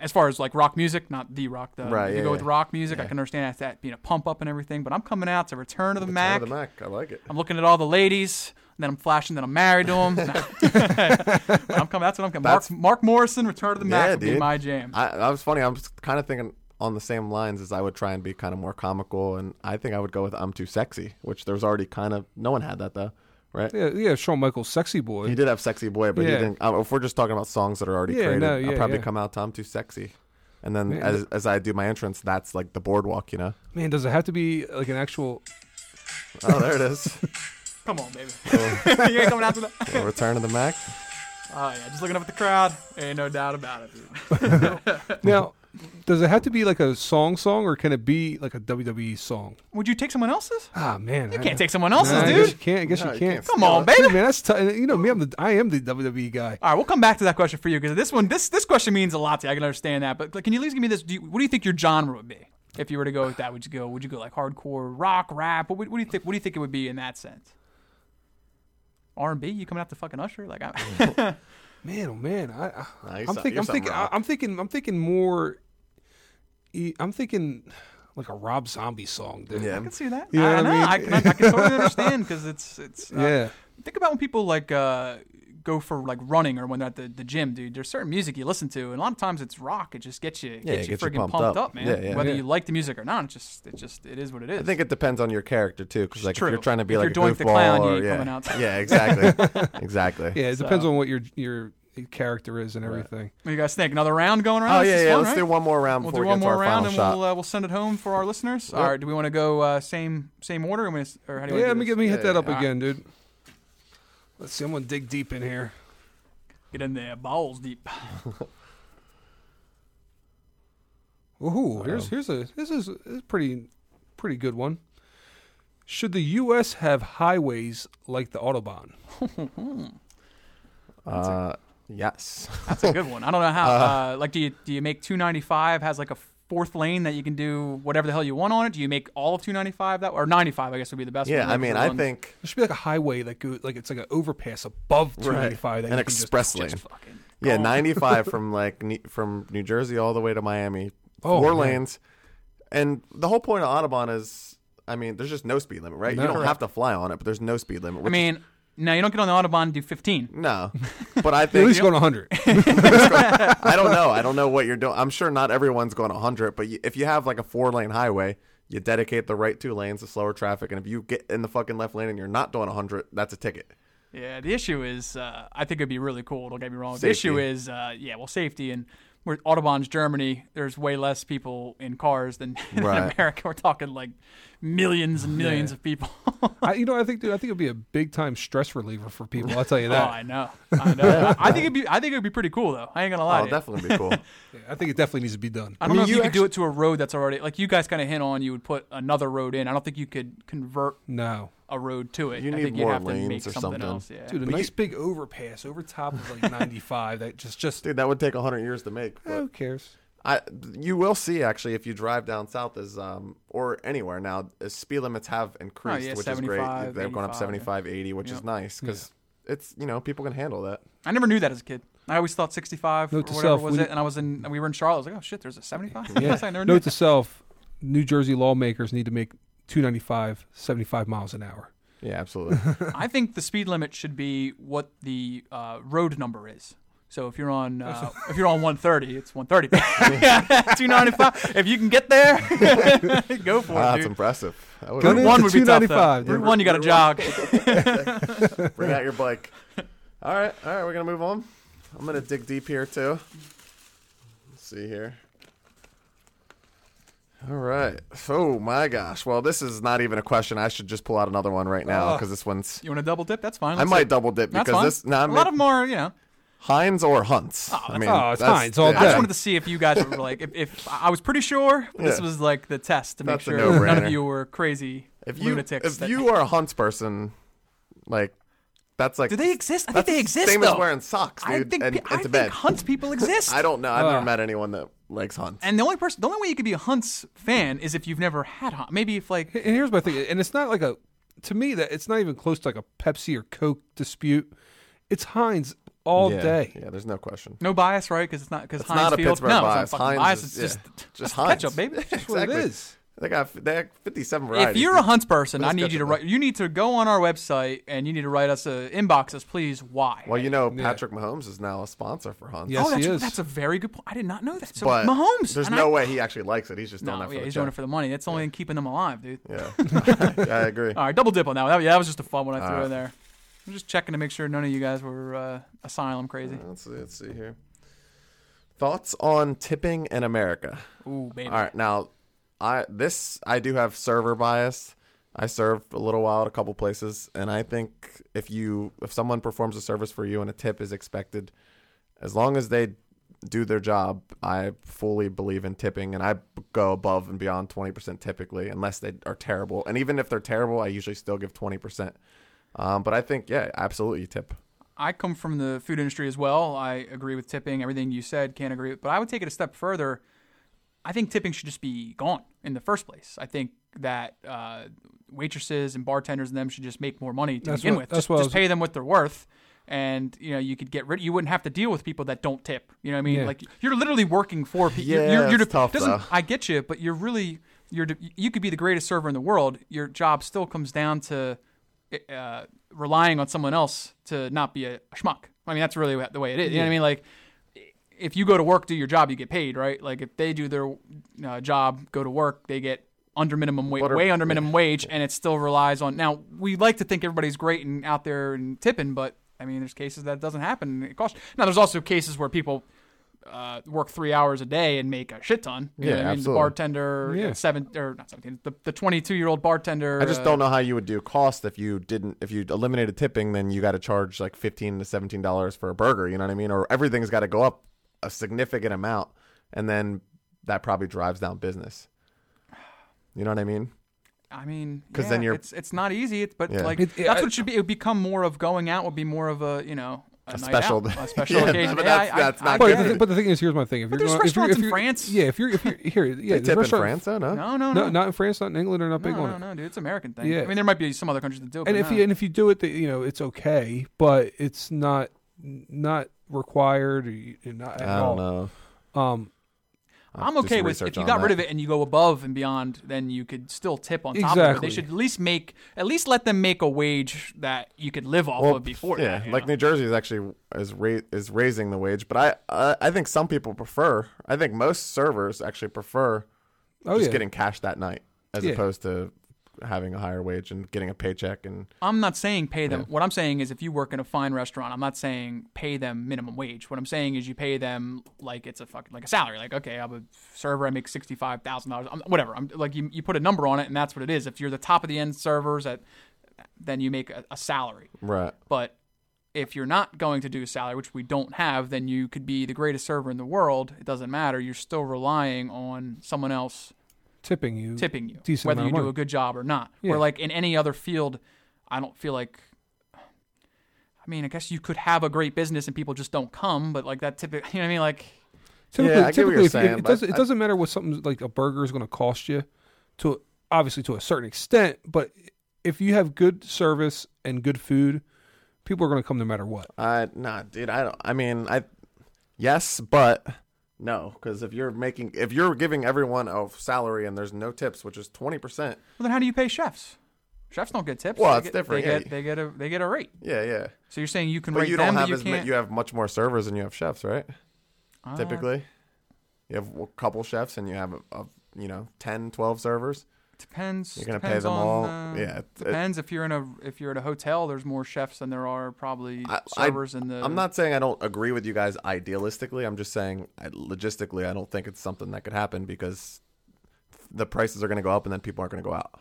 Speaker 2: as far as like rock music, not the rock. The,
Speaker 3: Right,
Speaker 2: If you
Speaker 3: yeah,
Speaker 2: go with
Speaker 3: yeah.
Speaker 2: rock music, I can understand that, being a pump up and everything. But I'm coming out to Return of the
Speaker 3: Turn
Speaker 2: Mac.
Speaker 3: of the Mac. I like it.
Speaker 2: I'm looking at all the ladies. And then I'm flashing that I'm married to him. I'm coming. That's what I'm coming. Mark,
Speaker 3: That's-
Speaker 2: Mark Morrison, Return of the Mac
Speaker 3: Yeah,
Speaker 2: would be
Speaker 3: dude.
Speaker 2: my jam.
Speaker 3: I, that was funny. I was kind of thinking on the same lines as I would try and be kind of more comical, and I think I would go with "I'm too sexy," which there was already kind of no one had that though, right?
Speaker 1: yeah, yeah, Shawn Michaels, sexy boy.
Speaker 3: He did have "Sexy Boy," but he
Speaker 1: Yeah.
Speaker 3: didn't. Um, if we're just talking about songs that are already
Speaker 1: Yeah,
Speaker 3: created,
Speaker 1: no,
Speaker 3: I'll
Speaker 1: yeah,
Speaker 3: probably
Speaker 1: yeah.
Speaker 3: come out to "I'm too sexy," and then
Speaker 1: Man,
Speaker 3: as as I do my entrance, that's like the boardwalk, you know.
Speaker 1: Man, does it have to be like an actual?
Speaker 3: Oh, there it is.
Speaker 2: Come on, baby. you ain't coming out to that.
Speaker 3: The Return of the Mac.
Speaker 2: Oh yeah, just looking up at the crowd. Ain't no doubt about it.
Speaker 1: Now, does it have to be like a song song, or can it be like a WWE song?
Speaker 2: Would you take someone else's?
Speaker 1: Ah, man,
Speaker 2: You can't take someone else's,
Speaker 1: I guess you
Speaker 2: dude.
Speaker 1: can't. I guess
Speaker 3: No,
Speaker 1: you
Speaker 3: you
Speaker 1: can't.
Speaker 3: can't.
Speaker 2: Come on,
Speaker 1: Dude,
Speaker 2: baby.
Speaker 1: man, that's t- you know me. I'm the I am the WWE guy.
Speaker 2: All right, we'll come back to that question for you because this one, this this question means a lot to you. I can understand that, but like, can you at least give me this? Do you, what do you think your genre would be if you were to go with that? Would you go? Would you go like hardcore rock, rap? What, would- what do you think? What do you think it would be in that sense? R and B? You coming out to fucking Usher? Like, I,
Speaker 1: Man, oh man, I, I
Speaker 3: Nah, you're
Speaker 1: I'm
Speaker 3: so-
Speaker 1: thinking.
Speaker 3: you're
Speaker 1: I'm
Speaker 3: something
Speaker 1: thinking.
Speaker 3: wrong.
Speaker 1: I- I'm thinking. I'm thinking more. e- I'm thinking like a Rob Zombie song, dude.
Speaker 2: I can see that.
Speaker 1: You know
Speaker 2: I,
Speaker 1: what I
Speaker 2: know.
Speaker 1: mean?
Speaker 2: I can, I can totally understand because it's it's. uh,
Speaker 1: Yeah.
Speaker 2: Think about when people like uh, go for like running or when they're at the, the gym, dude. There's certain music you listen to, and a lot of times it's rock. It just gets you,
Speaker 3: it
Speaker 2: gets you
Speaker 3: gets you
Speaker 2: freaking
Speaker 3: pumped up.
Speaker 2: man.
Speaker 3: Yeah, yeah.
Speaker 2: Whether
Speaker 1: Yeah.
Speaker 2: you like the music or not, it's just it just it is what it is.
Speaker 3: I think it depends on your character too, because like
Speaker 2: True.
Speaker 3: if you're trying to be
Speaker 2: If
Speaker 3: like
Speaker 2: you're
Speaker 3: a
Speaker 2: Doink
Speaker 3: goofball
Speaker 2: the Clown, you
Speaker 3: or
Speaker 2: ain't
Speaker 3: yeah,
Speaker 2: coming out.
Speaker 3: yeah, exactly, exactly.
Speaker 1: Yeah, it depends
Speaker 2: So-
Speaker 1: on what your your character is and everything.
Speaker 2: what do you guys think? Another round going around?
Speaker 3: Oh
Speaker 2: This
Speaker 3: yeah,
Speaker 2: is
Speaker 3: yeah.
Speaker 2: fun,
Speaker 3: Let's
Speaker 2: right?
Speaker 3: do one more round
Speaker 2: We'll
Speaker 3: before
Speaker 2: do
Speaker 3: we
Speaker 2: one
Speaker 3: get to
Speaker 2: more
Speaker 3: our
Speaker 2: round
Speaker 3: final
Speaker 2: and
Speaker 3: shot.
Speaker 2: we'll uh, we'll send it home for our listeners. All right, do we want to go uh, same same order? I'm gonna, s- or how do you
Speaker 1: Yeah,
Speaker 2: wanna
Speaker 1: let me
Speaker 2: do this?
Speaker 1: get me hit
Speaker 3: Yeah,
Speaker 1: that up
Speaker 2: yeah.
Speaker 1: again, dude. Let's see. I'm gonna dig deep in here.
Speaker 2: get in there, balls deep.
Speaker 1: Ooh, here's here's a this is this is a pretty pretty good one. Should the U.S. have highways like the autobahn?
Speaker 3: Uh, yes.
Speaker 2: That's a good one. I don't know how. Uh, like, do you do you make 295 has like a fourth lane that you can do whatever the hell you want on it? Do you make all of 295 that or 95? I guess would be the best.
Speaker 3: Yeah,
Speaker 2: one,
Speaker 3: I
Speaker 2: like,
Speaker 3: mean,
Speaker 2: the
Speaker 3: I
Speaker 2: one-
Speaker 3: think
Speaker 1: There should be like a highway that go like it's like an overpass above 295 that
Speaker 3: an
Speaker 1: you can just-
Speaker 3: express lane.
Speaker 2: just fucking.
Speaker 3: yeah,
Speaker 2: go.
Speaker 3: 95 from like Ne- from New Jersey all the way to Miami,
Speaker 1: Oh,
Speaker 3: four
Speaker 1: man.
Speaker 3: lanes, and the whole point of Audubon is, I mean, there's just no speed limit, right?
Speaker 1: No.
Speaker 3: You don't have to fly on it, but there's no speed limit.
Speaker 2: I
Speaker 3: which is-
Speaker 2: mean, no, you don't get on the autobahn and do 15.
Speaker 3: no, but I
Speaker 1: At
Speaker 3: think
Speaker 1: least going 100.
Speaker 3: I don't know. I don't know what you're doing. I'm sure not everyone's going 100, but you, if you have like a four lane highway, you dedicate the right two lanes to slower traffic, and if you get in the fucking left lane and you're not doing 100, that's a ticket.
Speaker 2: Yeah, the issue is, uh, I think it'd be really cool. Don't get me wrong. The
Speaker 3: Safety.
Speaker 2: issue is, uh, yeah, well, safety and. where Autobahn's Germany, there's way less people in cars than in
Speaker 3: Right.
Speaker 2: America. We're talking like millions and millions of people.
Speaker 1: I, you know, I think, dude, I think it'd be a big time stress reliever for people. I'll tell you
Speaker 2: Oh,
Speaker 1: that.
Speaker 2: I know. I know. I think it'd be. I think it'd be pretty cool though. I ain't gonna lie.
Speaker 3: That'll
Speaker 2: to you.
Speaker 3: Oh, definitely be cool.
Speaker 1: Yeah, I think it definitely needs to be done.
Speaker 2: I
Speaker 3: I
Speaker 2: don't know
Speaker 3: mean,
Speaker 2: if you,
Speaker 3: you
Speaker 2: could do it to a road that's already like you guys kind of hint on. You would put another road in. I don't think you could convert
Speaker 1: No,
Speaker 2: a road to it.
Speaker 3: You
Speaker 2: I
Speaker 3: need
Speaker 2: think
Speaker 3: more
Speaker 2: you'd have to make
Speaker 3: lanes or
Speaker 2: something,
Speaker 3: something.
Speaker 2: else. Yeah.
Speaker 1: dude, a
Speaker 3: But
Speaker 1: nice
Speaker 3: you-
Speaker 1: big overpass over top of like 95. That just, just eh,
Speaker 3: Dude, that would take 100 years to make. But
Speaker 2: Oh.
Speaker 1: who cares?
Speaker 3: I, you will see actually if you drive down south is um or anywhere now is speed limits have
Speaker 2: Oh,
Speaker 3: increased
Speaker 2: yeah,
Speaker 3: which is great
Speaker 2: 75,
Speaker 3: they've gone up
Speaker 2: 85,
Speaker 3: 75 80 which
Speaker 2: Yep.
Speaker 3: is nice because it's you know people can handle that
Speaker 2: I never knew that as a kid. I always thought 65
Speaker 1: Note
Speaker 2: or
Speaker 1: to
Speaker 2: whatever
Speaker 1: self,
Speaker 2: was
Speaker 1: we-
Speaker 2: it, and I was in. We were in Charlotte. I was like, oh shit, there's a 75.
Speaker 1: Yeah.
Speaker 2: I never knew.
Speaker 1: Note to self: New Jersey lawmakers need to make 295 75 miles an hour.
Speaker 3: yeah absolutely
Speaker 2: I think the speed limit should be what the uh, road number is. So if you're on uh, if you're on 130, it's 130. 295. If you can get there, go for
Speaker 3: Wow,
Speaker 2: it,
Speaker 3: Ah, that's
Speaker 2: dude.
Speaker 3: impressive That would-
Speaker 1: Gun
Speaker 2: Route
Speaker 1: it
Speaker 2: one
Speaker 1: to
Speaker 2: would be tough. though.
Speaker 1: 295, dude.
Speaker 2: Route one, you got to jog.
Speaker 3: bring out your bike all right all right we're gonna move on i'm gonna dig deep here too Let's see here all right oh my gosh well this is not even a question i should just pull out another one right now
Speaker 1: Oh.
Speaker 3: because this one's
Speaker 2: You want to double dip? That's fine.
Speaker 3: I
Speaker 2: Let's-
Speaker 3: might double dip
Speaker 2: That's
Speaker 3: because
Speaker 2: fine.
Speaker 3: this. Nah,
Speaker 2: a
Speaker 3: I'm
Speaker 2: lot of them are, you know.
Speaker 3: Heinz or Hunt's. I mean,
Speaker 1: Oh, it's Heinz all
Speaker 2: I just
Speaker 1: Yeah.
Speaker 2: wanted to see if you guys were like, if, if I was pretty sure this
Speaker 3: Yeah.
Speaker 2: was like the test to make
Speaker 3: That's a
Speaker 2: sure
Speaker 3: no-brainer.
Speaker 2: none of you were crazy
Speaker 3: If you
Speaker 2: lunatics.
Speaker 3: if
Speaker 2: that-
Speaker 3: you are a Hunt's person, like that's like
Speaker 2: do they exist? I think
Speaker 3: that's
Speaker 2: they
Speaker 3: the
Speaker 2: exist
Speaker 3: Same
Speaker 2: though.
Speaker 3: as wearing socks, dude,
Speaker 2: I think
Speaker 3: and,
Speaker 2: pe-
Speaker 3: and
Speaker 2: I
Speaker 3: to
Speaker 2: think
Speaker 3: bed.
Speaker 2: Hunts people exist.
Speaker 3: I don't know. I've
Speaker 1: Ah.
Speaker 3: never met anyone that likes Hunt's.
Speaker 2: And the only person, the only way you could be a Hunts fan is if you've never had Hunt. Maybe if like,
Speaker 1: And here's my thing, and it's not like a to me that it's not even close to like a Pepsi or Coke dispute. It's Heinz all
Speaker 3: yeah.
Speaker 1: day.
Speaker 3: Yeah, there's no question.
Speaker 2: no bias, right? Because it's not because
Speaker 3: It's not
Speaker 2: Heinz
Speaker 3: a
Speaker 2: Field.
Speaker 3: Pittsburgh
Speaker 2: no,
Speaker 3: bias.
Speaker 2: it's not fucking
Speaker 3: Heinz
Speaker 2: bias.
Speaker 3: is-
Speaker 2: It's
Speaker 3: yeah.
Speaker 2: just
Speaker 3: Just Heinz.
Speaker 2: ketchup, baby.
Speaker 1: That's what
Speaker 3: Exactly.
Speaker 1: it is.
Speaker 3: They got they have 57
Speaker 2: If
Speaker 3: varieties.
Speaker 2: you're a
Speaker 3: dude.
Speaker 2: Hunts person,
Speaker 3: But
Speaker 2: I
Speaker 3: it's
Speaker 2: need you to
Speaker 3: ketchup,
Speaker 2: write. You need to go on our website and you need to write us a inbox us, please. Why?
Speaker 3: well, you know,
Speaker 1: Yeah.
Speaker 3: Patrick Mahomes is now a sponsor for Hunt's.
Speaker 1: Yeah.
Speaker 2: oh,
Speaker 1: Yes, he
Speaker 2: that's,
Speaker 1: is.
Speaker 2: that's a very good point. I did not know that. So
Speaker 3: but
Speaker 2: Mahomes.
Speaker 3: There's
Speaker 2: and
Speaker 3: no
Speaker 2: I,
Speaker 3: way he actually likes it. He's just doing
Speaker 2: No,
Speaker 3: it for
Speaker 2: yeah,
Speaker 3: the
Speaker 2: he's
Speaker 3: check.
Speaker 2: doing it for the money. That's only in keeping them alive, dude.
Speaker 3: Yeah, Yeah, I agree.
Speaker 2: All right, double dip on that one. That, yeah, that was just a fun one I threw
Speaker 3: right.
Speaker 2: in there. I'm just checking to make sure none of you guys were uh, asylum crazy.
Speaker 3: Let's see, let's see here. Thoughts on tipping in America?
Speaker 2: Ooh, baby.
Speaker 3: All right, now I this I do have server bias. I served a little while at a couple places, and I think if you if someone performs a service for you and a tip is expected, as long as they do their job, I fully believe in tipping, and I go above and beyond twenty percent typically, unless they are terrible. And even if they're terrible, I usually still give twenty percent. Um, but I think yeah, absolutely tip.
Speaker 2: I come from the food industry as well. I agree with tipping. Everything you said, can't agree with. But I would take it a step further. I think tipping should just be gone in the first place. I think that uh, waitresses and bartenders and them should just make more money to
Speaker 1: That's
Speaker 2: begin
Speaker 1: what-
Speaker 2: with.
Speaker 1: that's
Speaker 2: Just,
Speaker 1: what I
Speaker 2: just
Speaker 1: was-
Speaker 2: pay them what they're worth. And you know you could get rid. You wouldn't have to deal with people that don't tip. You know what I mean?
Speaker 1: Yeah.
Speaker 2: Like you're literally working for people.
Speaker 3: Yeah,
Speaker 2: you're,
Speaker 3: it's tough,
Speaker 2: doesn't-
Speaker 3: though.
Speaker 2: I get you, but you're really you're de- you could be the greatest server in the world. Your job still comes down to uh, relying on someone else to not be a schmuck. I mean, that's really the way it is. You know what I mean? Like, if you go to work, do your job, you get paid, right? Like, if they do their uh, job, go to work, they get under minimum wage, way under minimum wage, and it still relies on. Now, we like to think everybody's great and out there and tipping, but I mean, there's cases that doesn't happen. and It costs. Now, there's also cases where people. Uh, work three hours a day and make a shit ton. You know
Speaker 3: Yeah,
Speaker 2: what I mean?
Speaker 3: absolutely.
Speaker 2: The bartender,
Speaker 1: Yeah.
Speaker 2: seven or not seventeen, the the twenty two year old bartender.
Speaker 3: I just
Speaker 2: uh,
Speaker 3: don't know how you would do cost if you didn't if you eliminated tipping, then you got to charge like fifteen to seventeen dollars for a burger. You know what I mean? Or everything's got to go up a significant amount, and then that probably drives down business. You know what I mean?
Speaker 2: I mean,
Speaker 3: 'Cause
Speaker 2: yeah,
Speaker 3: then you're-
Speaker 2: it's it's not easy. It's, but
Speaker 3: Yeah.
Speaker 2: like
Speaker 1: It- it-
Speaker 2: that's
Speaker 1: I-
Speaker 2: what it should be. It would become more of going out would be more of a you know a, night
Speaker 3: special-
Speaker 2: out, a special
Speaker 3: Yeah,
Speaker 2: occasion.
Speaker 3: but
Speaker 2: Yeah,
Speaker 3: that's-
Speaker 2: I- I-
Speaker 3: that's
Speaker 2: I
Speaker 3: not
Speaker 1: But,
Speaker 2: get
Speaker 1: the,
Speaker 3: good.
Speaker 2: it.
Speaker 1: thi- but the thing is, here's my thing. If
Speaker 2: But
Speaker 1: you're
Speaker 2: there's
Speaker 1: going, if you're,
Speaker 2: restaurants
Speaker 1: if
Speaker 2: in
Speaker 1: you're,
Speaker 2: France.
Speaker 1: Yeah, if you're if you're here, yeah,
Speaker 3: They
Speaker 1: there's
Speaker 3: tip in
Speaker 1: restaurant-
Speaker 3: France, though, no?
Speaker 2: No, no, no,
Speaker 1: No, not in France, not in England, they're not big
Speaker 2: no,
Speaker 1: on
Speaker 2: no,
Speaker 1: it.
Speaker 2: no, dude. It's an American thing.
Speaker 1: Yeah.
Speaker 2: I mean, there might be some other countries that do. it,
Speaker 1: And
Speaker 2: but
Speaker 1: if
Speaker 2: no.
Speaker 1: you and if you do it, the- you know it's okay, but it's not not required or you- not at
Speaker 3: I
Speaker 1: all.
Speaker 3: don't know.
Speaker 1: Um,
Speaker 3: I'll
Speaker 2: I'm
Speaker 3: do
Speaker 2: okay
Speaker 3: some
Speaker 2: with if
Speaker 3: research
Speaker 2: you
Speaker 3: on
Speaker 2: got rid
Speaker 3: that.
Speaker 2: of it and you go above and beyond, then you could still tip on top of it. They
Speaker 1: Exactly.
Speaker 2: should at least make at least let them make a wage that you could live off of before.
Speaker 3: yeah,
Speaker 2: that, you
Speaker 3: like
Speaker 2: know?
Speaker 3: New Jersey is actually is ra- is raising the wage, but I, I I think some people prefer. I think most servers actually prefer
Speaker 1: oh
Speaker 3: just
Speaker 1: yeah,
Speaker 3: getting cash that night as
Speaker 1: Yeah.
Speaker 3: opposed to having a higher wage and getting a paycheck and
Speaker 2: I'm not saying pay them. What I'm saying is if you work in a fine restaurant, I'm not saying pay them minimum wage. What I'm saying is you pay them like it's a fucking like a salary. Like okay, I'm a server, I make sixty five thousand dollars. Whatever. I'm like you, you put a number on it, and that's what it is. If you're the top of the end servers, at then you make a, a salary.
Speaker 3: right.
Speaker 2: But if you're not going to do salary, which we don't have, then you could be the greatest server in the world. It doesn't matter. You're still relying on someone else
Speaker 1: tipping you.
Speaker 2: tipping you,
Speaker 1: Decent
Speaker 2: whether you
Speaker 1: amount of
Speaker 2: do
Speaker 1: money.
Speaker 2: a good job or not.
Speaker 1: Yeah.
Speaker 2: Or like in any other field, I don't feel like. I mean, I guess you could have a great business and people just don't come, but like that typically, you know what I mean? Like,
Speaker 1: Typically,
Speaker 3: Yeah, I get what
Speaker 1: typically
Speaker 3: you're
Speaker 1: if-
Speaker 3: saying,
Speaker 1: it, it
Speaker 3: but
Speaker 1: doesn't, it
Speaker 3: I-
Speaker 1: doesn't matter what something like a burger is going to cost you, to obviously to a certain extent. But if you have good service and good food, people are going to come no matter what.
Speaker 3: Uh, nah, dude. I don't. I mean, I yes, but no, because if you're making, if you're giving everyone a salary and there's no tips, which is twenty percent.
Speaker 2: well, then how do you pay chefs? Chefs don't get tips.
Speaker 3: Well,
Speaker 2: They
Speaker 3: it's
Speaker 2: get-
Speaker 3: different,
Speaker 2: They
Speaker 3: yeah.
Speaker 2: get, they get a they get a rate.
Speaker 3: Yeah, yeah.
Speaker 2: So you're saying you can
Speaker 3: But
Speaker 2: rate
Speaker 3: you
Speaker 2: them,
Speaker 3: don't have
Speaker 2: but you
Speaker 3: as ma-
Speaker 2: can't.
Speaker 3: you have much more servers than you have chefs, right?
Speaker 2: Ah,
Speaker 3: Typically, you have a couple chefs and you have a, a you know 10, 12 servers.
Speaker 2: depends.
Speaker 3: You're gonna pay
Speaker 2: depends
Speaker 3: them
Speaker 2: on,
Speaker 3: all.
Speaker 2: uh,
Speaker 3: yeah, it- it-
Speaker 2: Depends if you're in a if you're at a hotel. There's more chefs than there are probably
Speaker 3: I- I-
Speaker 2: servers in the.
Speaker 3: I'm not saying I don't agree with you guys idealistically. I'm just saying I, logistically, I don't think it's something that could happen because the prices are going to go up and then people aren't going to go out.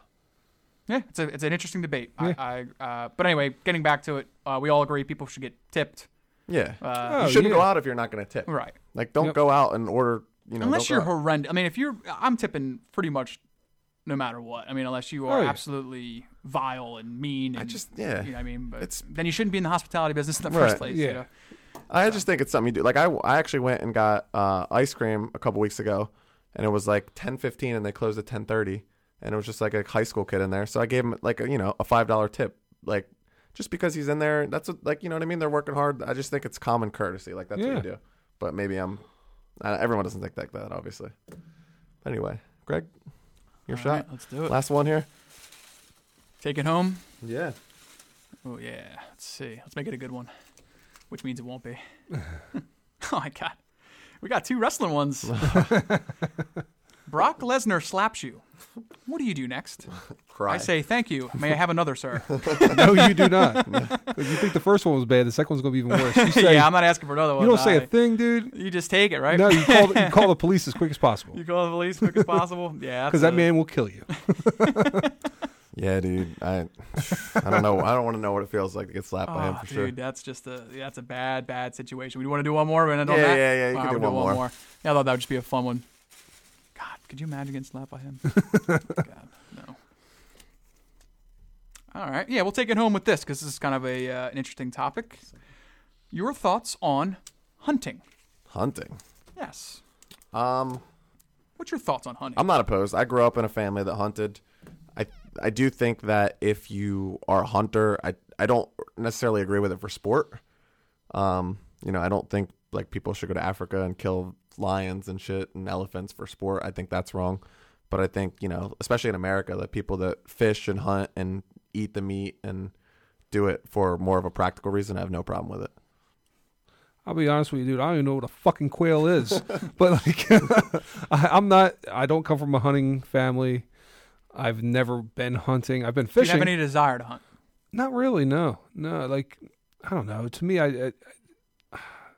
Speaker 2: Yeah, it's a, it's an interesting debate. I, I uh, but anyway, getting back to it, uh, we all agree people should get tipped.
Speaker 3: Yeah,
Speaker 2: Uh,
Speaker 1: Oh,
Speaker 3: you shouldn't
Speaker 1: yeah.
Speaker 3: go out if you're not going to
Speaker 1: Oh.
Speaker 3: tip.
Speaker 2: Right.
Speaker 3: Like, don't
Speaker 1: Yep.
Speaker 3: go out and order. You know,
Speaker 2: unless
Speaker 3: don't
Speaker 2: you're
Speaker 3: go out.
Speaker 2: horrendous. I mean, if you're, I'm tipping pretty much no matter what. I mean, unless you are
Speaker 1: Oh, yeah.
Speaker 2: absolutely vile and mean. And,
Speaker 3: I just yeah.
Speaker 2: you know what I mean, but
Speaker 3: It's-
Speaker 2: then you shouldn't be in the hospitality business in the
Speaker 3: Right.
Speaker 2: first place.
Speaker 1: Yeah.
Speaker 2: You know?
Speaker 3: I just think it's something you do. Like I, I actually went and got uh, ice cream a couple weeks ago, and it was like ten fifteen, and they closed at ten thirty, and it was just like a high school kid in there. So I gave him like a, you know a five dollar tip, like just because he's in there. That's what, like you know what I mean. They're working hard. I just think it's common courtesy. Like that's
Speaker 1: Yeah.
Speaker 3: what you do. But maybe I'm. Uh, everyone doesn't think like that, obviously. But anyway, Greg, your
Speaker 2: All
Speaker 3: shot.
Speaker 2: right, let's do it.
Speaker 3: Last one here.
Speaker 2: Take it home.
Speaker 3: Yeah.
Speaker 2: Oh yeah. Let's see. Let's make it a good one, which means it won't be. oh my god, we got two wrestling ones. Brock Lesnar slaps you. What do you do next?
Speaker 3: Cry.
Speaker 2: I say thank you. May I have another, sir?
Speaker 1: no, you do not. If you think the first one was bad, the second one's going to be even worse. You, say,
Speaker 2: yeah, I'm not asking for another one.
Speaker 1: you don't say a
Speaker 2: I-
Speaker 1: thing, dude.
Speaker 2: You just take it, right?
Speaker 1: No, you call, the, you call the police as quick as possible
Speaker 2: You call the police as quick as possible. Yeah,
Speaker 1: because
Speaker 2: that's
Speaker 1: that
Speaker 2: a-
Speaker 1: man will kill you.
Speaker 3: Yeah, dude. I I don't know. I don't want to know what it feels like to get slapped by him
Speaker 2: Oh,
Speaker 3: for
Speaker 2: dude,
Speaker 3: sure.
Speaker 2: that's just a yeah, that's a bad, bad situation. We want to do one more, minute on
Speaker 3: Yeah,
Speaker 2: that?
Speaker 3: yeah, yeah, you
Speaker 2: All
Speaker 3: can
Speaker 2: right,
Speaker 3: do
Speaker 2: we'll
Speaker 3: one more.
Speaker 2: Yeah, I thought that would just be a fun one. God, could you imagine getting slapped by him? God, no. All right, yeah, we'll take it home with this because this is kind of a uh, an interesting topic. Your thoughts on hunting?
Speaker 3: Hunting.
Speaker 2: Yes.
Speaker 3: Um,
Speaker 2: What's your thoughts on hunting?
Speaker 3: I'm not opposed. I grew up in a family that hunted. I I do think that if you are a hunter, I I don't necessarily agree with it for sport. Um, you know, I don't think like people should go to Africa and kill lions and shit and elephants for sport. I think that's wrong. But I think, you know, especially in America, that people that fish and hunt and eat the meat and do it for more of a practical reason, I have no problem with it.
Speaker 1: I'll be honest with you, dude. I don't even know what a fucking quail is. but like, I, I'm not. I don't come from a hunting family. I've never been hunting. I've been
Speaker 2: do you
Speaker 1: fishing.
Speaker 2: have any desire to hunt?
Speaker 1: Not really. No, no. Like, I don't know. To me, I, I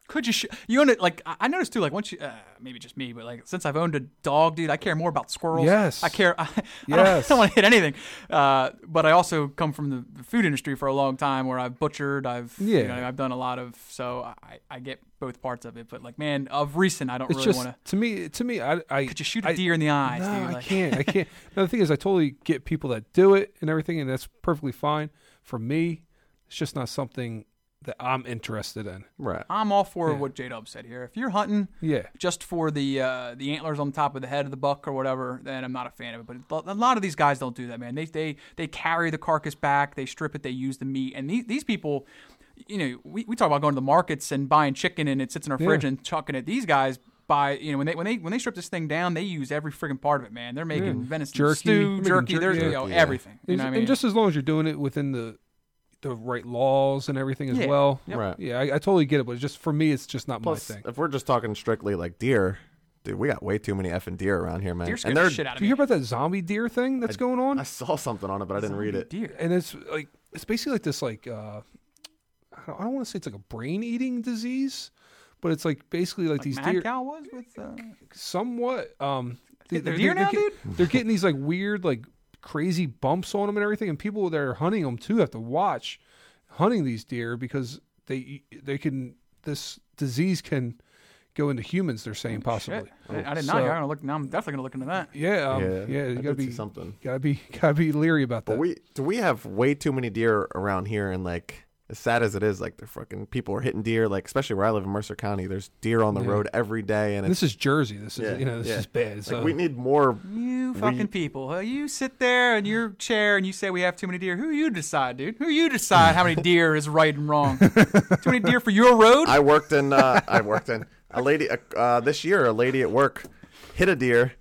Speaker 2: Could you? Sh- you own it? Like I I noticed too. Like once you, uh, maybe just me, but like since I've owned a dog, dude, I care more about squirrels.
Speaker 1: Yes.
Speaker 2: I care. I, I don't- I don't,
Speaker 1: Yes.
Speaker 2: want to hit anything. Uh, but I also come from the- the food industry for a long time, where I've butchered. I've yeah.
Speaker 1: Yeah.
Speaker 2: I've done a lot of. So I, I get both parts of it. But like man, of recent, I don't
Speaker 1: it's
Speaker 2: really
Speaker 1: just
Speaker 2: want to.
Speaker 1: to me. To me, I, I
Speaker 2: Could you shoot a
Speaker 1: I-
Speaker 2: deer in the eyes?
Speaker 1: No,
Speaker 2: dude?
Speaker 1: I
Speaker 2: Like,
Speaker 1: can't. I can't. Now the thing is, I totally get people that do it and everything, and that's perfectly fine. For me, it's just not something that I'm interested in.
Speaker 3: Right.
Speaker 2: I'm all for
Speaker 1: Yeah.
Speaker 2: what J Dub said here. If you're hunting,
Speaker 1: Yeah,
Speaker 2: just for the uh, the antlers on top of the head of the buck or whatever, then I'm not a fan of it. But a lot of these guys don't do that, man. They they they carry the carcass back, they strip it, they use the meat, and these these people. You know, we, we talk about going to the markets and buying chicken and it sits in our fridge and chucking it. These guys buy, you know, when they when they when they strip this thing down, they use every freaking part of it, man. They're making venison
Speaker 1: Jerky. They're
Speaker 2: stew,
Speaker 1: making
Speaker 2: jerky,
Speaker 1: jerky.
Speaker 2: they're, you know,
Speaker 3: Jerky, yeah.
Speaker 2: everything. You
Speaker 1: and,
Speaker 2: know what I
Speaker 1: and
Speaker 2: mean?
Speaker 1: just as long as you're doing it within the the right laws and everything as
Speaker 2: Yeah.
Speaker 1: well.
Speaker 2: Yep.
Speaker 3: Right.
Speaker 1: Yeah, I, I totally get it, but it's just for me, it's just not
Speaker 3: Plus,
Speaker 1: my thing.
Speaker 3: if we're just talking strictly like deer, Dude, we got way too many effing deer around here, man.
Speaker 2: Deer
Speaker 3: and
Speaker 2: scared
Speaker 3: they're
Speaker 2: the shit out of
Speaker 1: Do you
Speaker 2: me.
Speaker 1: hear about that zombie deer thing that's going on?
Speaker 3: I saw something on it, but I didn't read it.
Speaker 2: Deer.
Speaker 1: and it's like it's basically like this like uh I don't, I don't want to say it's like a brain eating disease, but it's like basically like,
Speaker 2: Like
Speaker 1: these
Speaker 2: Mad
Speaker 1: deer
Speaker 2: Cow was with. Uh,
Speaker 1: somewhat um they-
Speaker 2: They're deer now,
Speaker 1: get- they're getting these like weird like crazy bumps on them and everything, and people that are hunting them too have to watch hunting these deer because they they can this disease can go into humans. They're saying possibly.
Speaker 2: shit. I, I did not.
Speaker 1: So-
Speaker 2: I'm gonna look. Now I'm definitely gonna look into that.
Speaker 1: Yeah, um, yeah,
Speaker 3: Yeah, I
Speaker 1: You gotta
Speaker 3: did see
Speaker 1: be
Speaker 3: something.
Speaker 1: Gotta be gotta be leery about that.
Speaker 3: But we do we have way too many deer around here, and like as sad as it is, like the fucking people are hitting deer. Like especially where I live in Mercer County, there's deer on the
Speaker 1: Yeah.
Speaker 3: road every day, and it's
Speaker 1: this is Jersey. This is
Speaker 3: Yeah,
Speaker 1: you know this
Speaker 3: yeah.
Speaker 1: is uh, bad. So
Speaker 3: like we need more.
Speaker 2: You fucking people. Uh, You sit there in your chair and you say we have too many deer. Who you decide, dude? Who you decide how many deer is right and wrong? too many deer for your road?
Speaker 3: I worked in. Uh, I worked in a lady uh, this year. A lady at work hit a deer,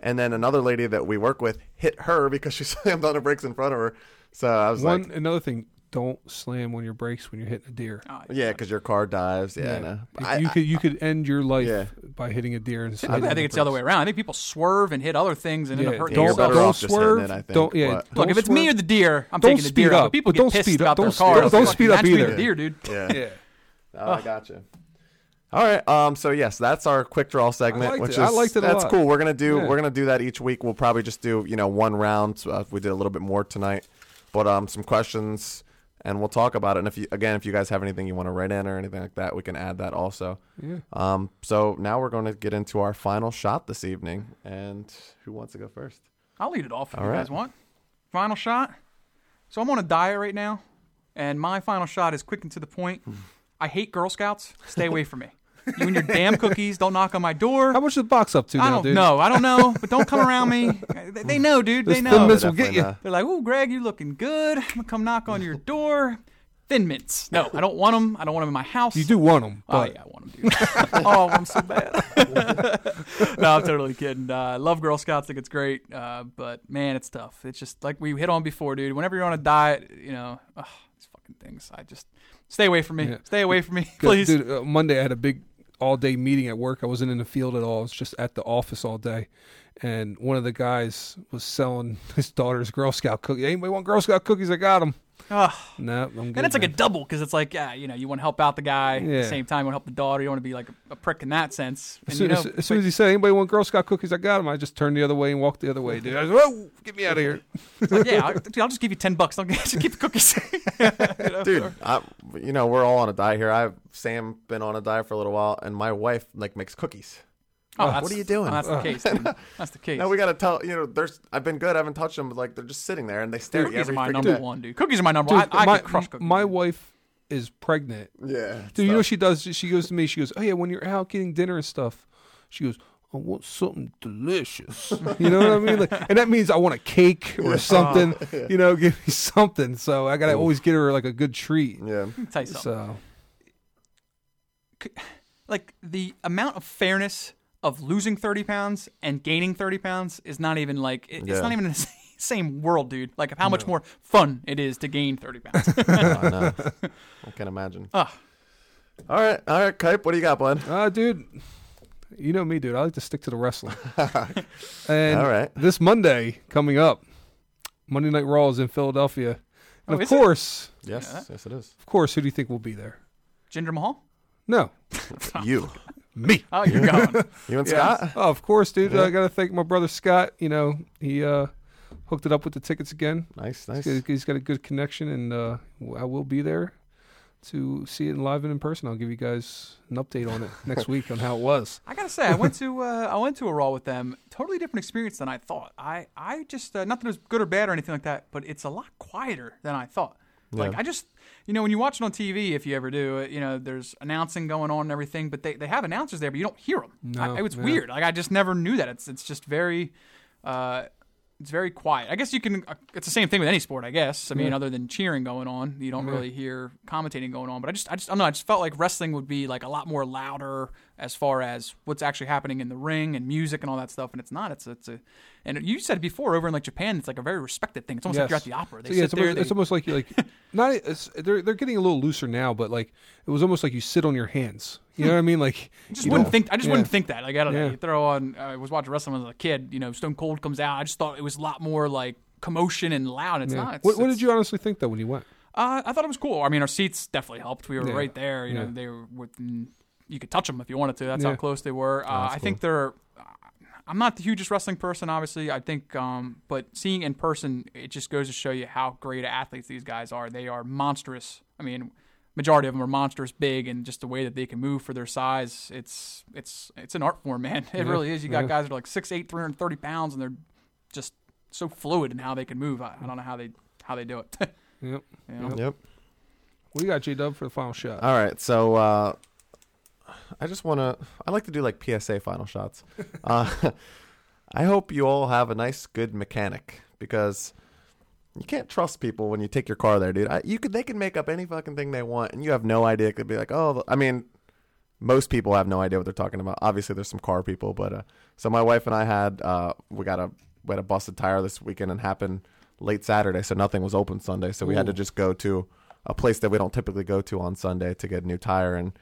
Speaker 3: and then another lady that we work with hit her because she slammed on the brakes in front of her. So I was
Speaker 1: One
Speaker 3: like,
Speaker 1: another thing, don't slam on your brakes when you're hitting a deer.
Speaker 2: Ah,
Speaker 3: yeah, because your car dives. Yeah, I know.
Speaker 1: If
Speaker 3: I,
Speaker 1: you
Speaker 3: I-
Speaker 1: could you could end your life
Speaker 3: Yeah.
Speaker 1: by hitting a deer and
Speaker 2: I,
Speaker 1: slamming
Speaker 2: think it's the other way around. I think people swerve and hit other things and end
Speaker 1: Yeah,
Speaker 2: up hurting
Speaker 3: you're
Speaker 1: don't,
Speaker 2: themselves.
Speaker 3: better
Speaker 1: don't
Speaker 3: off just hitting
Speaker 1: swerve.
Speaker 3: it, I think,
Speaker 1: don't yeah.
Speaker 3: but-
Speaker 1: don't
Speaker 2: Look, if it's me
Speaker 1: swerve.
Speaker 2: or the deer, I'm
Speaker 1: Don't
Speaker 2: taking the
Speaker 1: speed
Speaker 2: deer.
Speaker 1: up,
Speaker 2: But people
Speaker 1: but
Speaker 2: get
Speaker 1: don't
Speaker 2: pissed
Speaker 1: speed up,
Speaker 2: about their
Speaker 1: don't speed
Speaker 2: cars.
Speaker 3: up, don't
Speaker 2: Fucking
Speaker 1: speed up
Speaker 2: that's me and
Speaker 1: either.
Speaker 2: The deer, dude.
Speaker 3: yeah.
Speaker 1: yeah,
Speaker 3: Oh, I gotcha. All right. Um. So yes, that's our quick draw segment,
Speaker 1: liked
Speaker 3: which
Speaker 1: it.
Speaker 3: is
Speaker 1: I liked it a
Speaker 3: that's
Speaker 1: lot.
Speaker 3: cool. We're gonna do
Speaker 1: Yeah.
Speaker 3: we're gonna do that each week. We'll probably just do you know one round. Uh, we did a little bit more tonight, but um, some questions, and we'll talk about it. And if you again, if you guys have anything you want to write in or anything like that, we can add that also.
Speaker 1: Yeah.
Speaker 3: Um. So now we're going to get into our final shot this evening, and who wants to go first?
Speaker 2: I'll lead it off if
Speaker 3: All
Speaker 2: you
Speaker 3: right.
Speaker 2: guys want. Final shot. So I'm on a diet right now, and my final shot is quick and to the point.
Speaker 1: Hmm.
Speaker 2: I hate Girl Scouts. Stay away from me. You and your damn cookies. Don't knock on my door.
Speaker 1: How much is the box up to
Speaker 2: I
Speaker 1: now,
Speaker 2: don't
Speaker 1: dude?
Speaker 2: know. I don't know. But don't come around me. They, they know, dude. They
Speaker 1: Those
Speaker 2: know.
Speaker 1: Thin Mints will get
Speaker 3: Oh, Definitely
Speaker 1: you.
Speaker 3: not.
Speaker 2: They're like, "Ooh, Greg, you looking good. I'm gonna come knock on your door." Thin mints. No, I don't want them. I don't want them in my house.
Speaker 1: You do want them,
Speaker 2: Oh
Speaker 1: but
Speaker 2: yeah, I want them, dude. oh, I'm so bad. no, I'm totally kidding. Uh, I love Girl Scouts; think it's great, uh, but man, it's tough. It's just like we hit on before, dude. Whenever you're on a diet, you know, ugh, these fucking things. I just stay away from me.
Speaker 1: Yeah.
Speaker 2: Stay away from me,
Speaker 1: Good,
Speaker 2: please.
Speaker 1: Dude, uh, Monday I had a big all day meeting at work. I wasn't in the field at all. I was just at the office all day. And one of the guys was selling his daughter's Girl Scout cookies. Anybody want Girl Scout cookies? I got them.
Speaker 2: Ugh.
Speaker 1: No, I'm good.
Speaker 2: and it's like a
Speaker 1: man.
Speaker 2: double because it's like, yeah, you know, you want to help out the guy at
Speaker 1: Yeah.
Speaker 2: the same time, you want to help the daughter. You don't want to be like a, a prick in that sense. And,
Speaker 1: As
Speaker 2: you
Speaker 1: soon,
Speaker 2: know,
Speaker 1: as, as soon as he said, anybody want Girl Scout cookies? I got them. I just turned the other way and walked the other way, dude. I was, whoa, get me out of here.
Speaker 2: it's like, yeah, I'll, dude, I'll just give you ten bucks. Don't just keep the cookies.
Speaker 3: dude I, you know we're all on a diet here i've sam been on a diet for a little while and my wife like makes cookies
Speaker 2: Oh,
Speaker 3: What
Speaker 2: that's-
Speaker 3: are you doing?
Speaker 2: oh, that's the case. Dude. That's the case.
Speaker 3: now we gotta tell you know there's i've been good i haven't touched them but like they're just sitting there and they stare at you
Speaker 2: Cookies are
Speaker 3: every
Speaker 2: my
Speaker 3: freaking
Speaker 2: number
Speaker 3: day.
Speaker 2: one, dude. Cookies are my number
Speaker 1: Dude,
Speaker 2: one. I, I
Speaker 1: my,
Speaker 2: could crush cookies.
Speaker 1: my wife is pregnant.
Speaker 3: yeah
Speaker 1: Dude, you know what she does? She goes to me. She goes, "Oh yeah, when you're out getting dinner and stuff, she goes." I want something delicious. You know what I mean? Like, and that means I want a cake or
Speaker 3: Oh,
Speaker 1: something. You know, give me something. So I gotta always get her like a good treat.
Speaker 3: yeah
Speaker 2: Let me tell you something.
Speaker 1: So
Speaker 2: like the amount of fairness of losing 30 pounds and gaining 30 pounds is not even like it-
Speaker 3: Yeah.
Speaker 2: it's not even in the sa- same world dude like of how much more fun it is to gain 30 pounds
Speaker 3: Oh, i know i can imagine
Speaker 2: Ah.
Speaker 3: all right all right kipe what do you got bud
Speaker 1: Ah, dude, you know me, dude. I like to stick to the wrestling. and
Speaker 3: All right.
Speaker 1: this Monday coming up, Monday Night Raw is in Philadelphia, and
Speaker 2: Oh,
Speaker 1: of
Speaker 2: is it?
Speaker 1: course,
Speaker 3: yes yes it is
Speaker 1: of course, who do you think will be there?
Speaker 2: jinder mahal
Speaker 1: No,
Speaker 3: you
Speaker 1: me.
Speaker 2: oh you're going
Speaker 3: you and scott
Speaker 1: Oh, of course, dude.
Speaker 3: Yeah.
Speaker 1: I got to thank my brother Scott. You know, he uh, hooked it up with the tickets again.
Speaker 3: nice
Speaker 1: He's
Speaker 3: nice
Speaker 1: got- he's got a good connection, and uh, I will be there to see it live and in person. I'll give you guys an update on it next week on how it was.
Speaker 2: i gotta say i went to uh, i went to a raw with them totally different experience than i thought i i just uh, not that it was good or bad or anything like that but it's a lot quieter than i thought like
Speaker 3: Yeah.
Speaker 2: i just you know when you watch it on tv if you ever do it, you know there's announcing going on and everything but they, they have announcers there but you don't hear them
Speaker 1: No,
Speaker 2: I, it's
Speaker 1: yeah.
Speaker 2: weird. Like I just never knew that. It's it's just very, uh, it's very quiet. I guess you can. Uh, it's the same thing with any sport. I guess. I mean,
Speaker 1: Yeah.
Speaker 2: other than cheering going on, you don't really hear commentating going on. But I just I just I don't know. I just felt like wrestling would be like a lot more louder as far as what's actually happening in the ring and music and all that stuff. And it's not. It's it's a and you said before over in like Japan, it's like a very respected thing. It's almost like you're
Speaker 1: Yes.
Speaker 2: at the opera. They
Speaker 1: So,
Speaker 2: sit
Speaker 1: yeah, it's,
Speaker 2: there.
Speaker 1: almost,
Speaker 2: they-
Speaker 1: it's almost like you like not. It's, they're they're getting a little looser now, but like it was almost like you sit on your hands. You know what I mean? Like
Speaker 2: I just
Speaker 1: you
Speaker 2: wouldn't
Speaker 1: don't-
Speaker 2: think. I just
Speaker 1: yeah.
Speaker 2: wouldn't think that. Like I don't know.
Speaker 1: Yeah.
Speaker 2: You throw on. I was watching wrestling when I was a kid. You know, Stone Cold comes out. I just thought it was a lot more like commotion and loud. It's
Speaker 1: Yeah.
Speaker 2: not. It's,
Speaker 1: what, what
Speaker 2: it's-
Speaker 1: did you honestly think though when you went?
Speaker 2: Uh, I thought it was cool. I mean, our seats definitely helped. We were
Speaker 1: Yeah.
Speaker 2: right there. You
Speaker 1: Yeah.
Speaker 2: know, they were within, you could touch them if you wanted to. That's how
Speaker 1: Yeah. Oh,
Speaker 2: close they were. Uh, I
Speaker 3: that's
Speaker 2: think they're. I'm not the hugest wrestling person, obviously. I think, um, but seeing in person, it just goes to show you how great athletes these guys are. They are monstrous. I mean, majority of them are monstrous, big, and just the way that they can move for their size, it's it's it's an art form, man. It
Speaker 1: Yeah.
Speaker 2: really is. You got
Speaker 1: Yeah.
Speaker 2: guys that are like 6'8", 330 pounds, and they're just so fluid in how they can move. I, I don't know how they how they do it.
Speaker 1: Yep.
Speaker 2: You know?
Speaker 1: Yep.
Speaker 3: Yep.
Speaker 1: What do you got, J Dub, for the final shot?
Speaker 3: All right. So uh, I just want to. I like to do like PSA final shots. uh, I hope you all have a nice, good mechanic because you can't trust people when you take your car there, dude. I, you could they can make up any fucking thing they want, and you have no idea. It could be like, oh, I mean, most people have no idea what they're talking about. Obviously, there's some car people, but uh, so my wife and I had uh, we got a we had a busted tire this weekend and happened late Saturday, so nothing was open Sunday, so we had to
Speaker 1: Ooh.
Speaker 3: just go to a place that we don't typically go to on Sunday to get a new tire and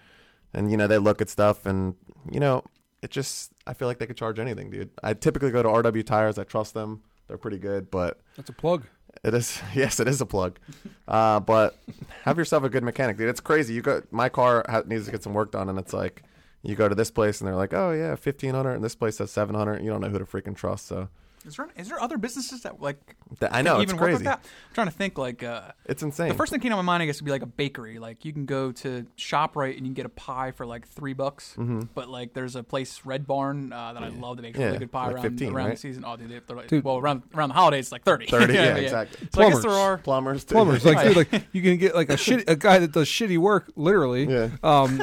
Speaker 3: and you know they look at stuff and you know it just I feel like they could charge anything, dude. I typically go to RW tires. I trust them. They're pretty good, but
Speaker 1: That's a plug.
Speaker 3: it is yes, it is a plug. Uh, but have yourself a good mechanic, dude. It's crazy. You go. My car ha- needs to get some work done, and it's like you go to this place, and they're like, "Oh yeah, fifteen hundred, and this place says seven hundred. You don't know who to freaking trust. So
Speaker 2: Is there is there other businesses that like
Speaker 3: th- I know
Speaker 2: can
Speaker 3: it's
Speaker 2: even work
Speaker 3: crazy.
Speaker 2: like that? I'm trying to think like uh,
Speaker 3: It's insane.
Speaker 2: the first thing that came to my mind I guess would be like a bakery. Like you can go to Shoprite and you can get a pie for like three bucks,
Speaker 3: Mm-hmm.
Speaker 2: but like there's a place Red Barn uh, that I love that makes
Speaker 3: Mm. Yeah,
Speaker 2: really good pie
Speaker 3: like
Speaker 2: around
Speaker 3: 15,
Speaker 2: around the
Speaker 3: right?
Speaker 2: season. Oh, dude, they- they're like,
Speaker 1: Dude.
Speaker 2: well around around the holidays it's like thirty.
Speaker 3: 30, yeah, exactly.
Speaker 2: So I guess there
Speaker 1: Plumbers.
Speaker 2: are.
Speaker 3: plumbers, dude.
Speaker 1: Plumbers, like
Speaker 2: Right.
Speaker 1: dude, like you can get like a shit a guy that does shitty work, literally.
Speaker 3: Yeah.
Speaker 1: Um,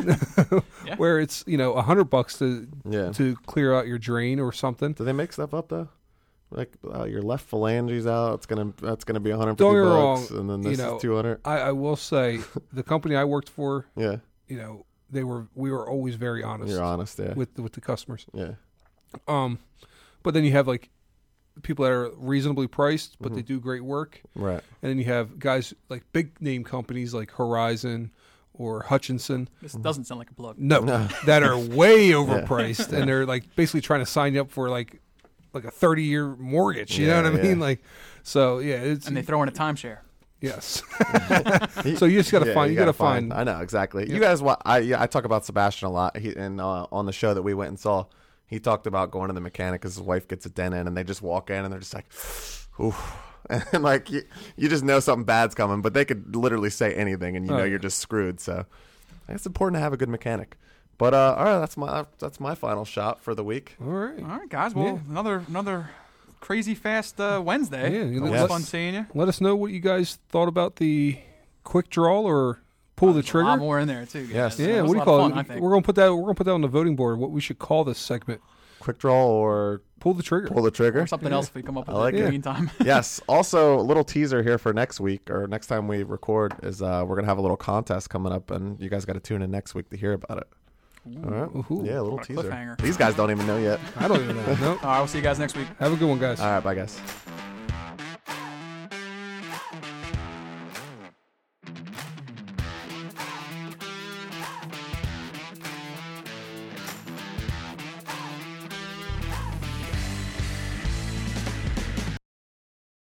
Speaker 2: Yeah.
Speaker 1: where it's you know a hundred bucks to
Speaker 3: Yeah.
Speaker 1: to clear out your drain or something.
Speaker 3: Do they make stuff up though? Like uh, your left phalanges out. It's gonna that's gonna be one hundred
Speaker 1: Don't
Speaker 3: fifty
Speaker 1: get me
Speaker 3: bucks,
Speaker 1: wrong,
Speaker 3: and then
Speaker 1: you
Speaker 3: this
Speaker 1: know,
Speaker 3: is two hundred.
Speaker 1: I, I will say the company I worked for,
Speaker 3: Yeah,
Speaker 1: you know, they were we were always very honest
Speaker 3: you're honest. Yeah,
Speaker 1: with with the customers.
Speaker 3: yeah,
Speaker 1: Um, but then you have like people that are reasonably priced, but they
Speaker 3: Mm-hmm.
Speaker 1: do great work.
Speaker 3: right.
Speaker 1: And then you have guys like big name companies like Horizon or Hutchinson.
Speaker 2: This doesn't sound like a plug.
Speaker 1: No, that are way overpriced, and they're like basically trying to sign you up for like like a thirty year mortgage. You
Speaker 3: Yeah,
Speaker 1: know what I mean?
Speaker 3: yeah.
Speaker 1: Like, so yeah, it's
Speaker 2: And they throw in a timeshare.
Speaker 1: yes. so you just got to
Speaker 3: Yeah,
Speaker 1: find. You, got to find.
Speaker 3: I know exactly. You guys, wa- I yeah, I talk about Sebastian a lot. He and uh, on the show that we went and saw, he talked about going to the mechanic because his wife gets a dent in, and they just walk in and they're just like, ooh. And like you, you just know something bad's coming, but they could literally say anything, and you
Speaker 1: Oh,
Speaker 3: know
Speaker 1: yeah.
Speaker 3: you're just screwed. So it's important to have a good mechanic. But uh, all right, that's my that's my final shot for the week.
Speaker 1: All right.
Speaker 2: All right, guys. Well, another another crazy fast uh, Wednesday.
Speaker 1: Yeah, you
Speaker 2: it
Speaker 1: look-
Speaker 2: was
Speaker 3: Yes.
Speaker 2: fun seeing you.
Speaker 1: Let us know what you guys thought about the quick draw or pull the
Speaker 2: A lot
Speaker 1: trigger.
Speaker 2: more in there too. Guys.
Speaker 3: Yes.
Speaker 2: It
Speaker 1: Yeah, what
Speaker 2: was
Speaker 1: do
Speaker 2: a
Speaker 1: you
Speaker 2: lot of
Speaker 1: call
Speaker 2: fun, I
Speaker 1: it?
Speaker 2: think.
Speaker 1: We're gonna put that. We're gonna put that on the voting board. What we should call this segment?
Speaker 3: Quick draw or
Speaker 1: Pull the trigger.
Speaker 3: pull the trigger.
Speaker 2: or something else if we come up with
Speaker 3: I like
Speaker 2: it in the
Speaker 3: it.
Speaker 2: meantime.
Speaker 3: yes. Also, a little teaser here for next week or next time we record is uh, we're gonna have a little contest coming up, and you guys got to tune in next week to hear about it. All right.
Speaker 1: Ooh.
Speaker 3: Yeah, a little
Speaker 2: What a
Speaker 3: teaser.
Speaker 2: cliffhanger.
Speaker 3: These guys don't even know yet.
Speaker 1: I don't even know. no.
Speaker 2: All right, we'll see you guys next week.
Speaker 1: Have a good one, guys.
Speaker 3: All right, bye guys.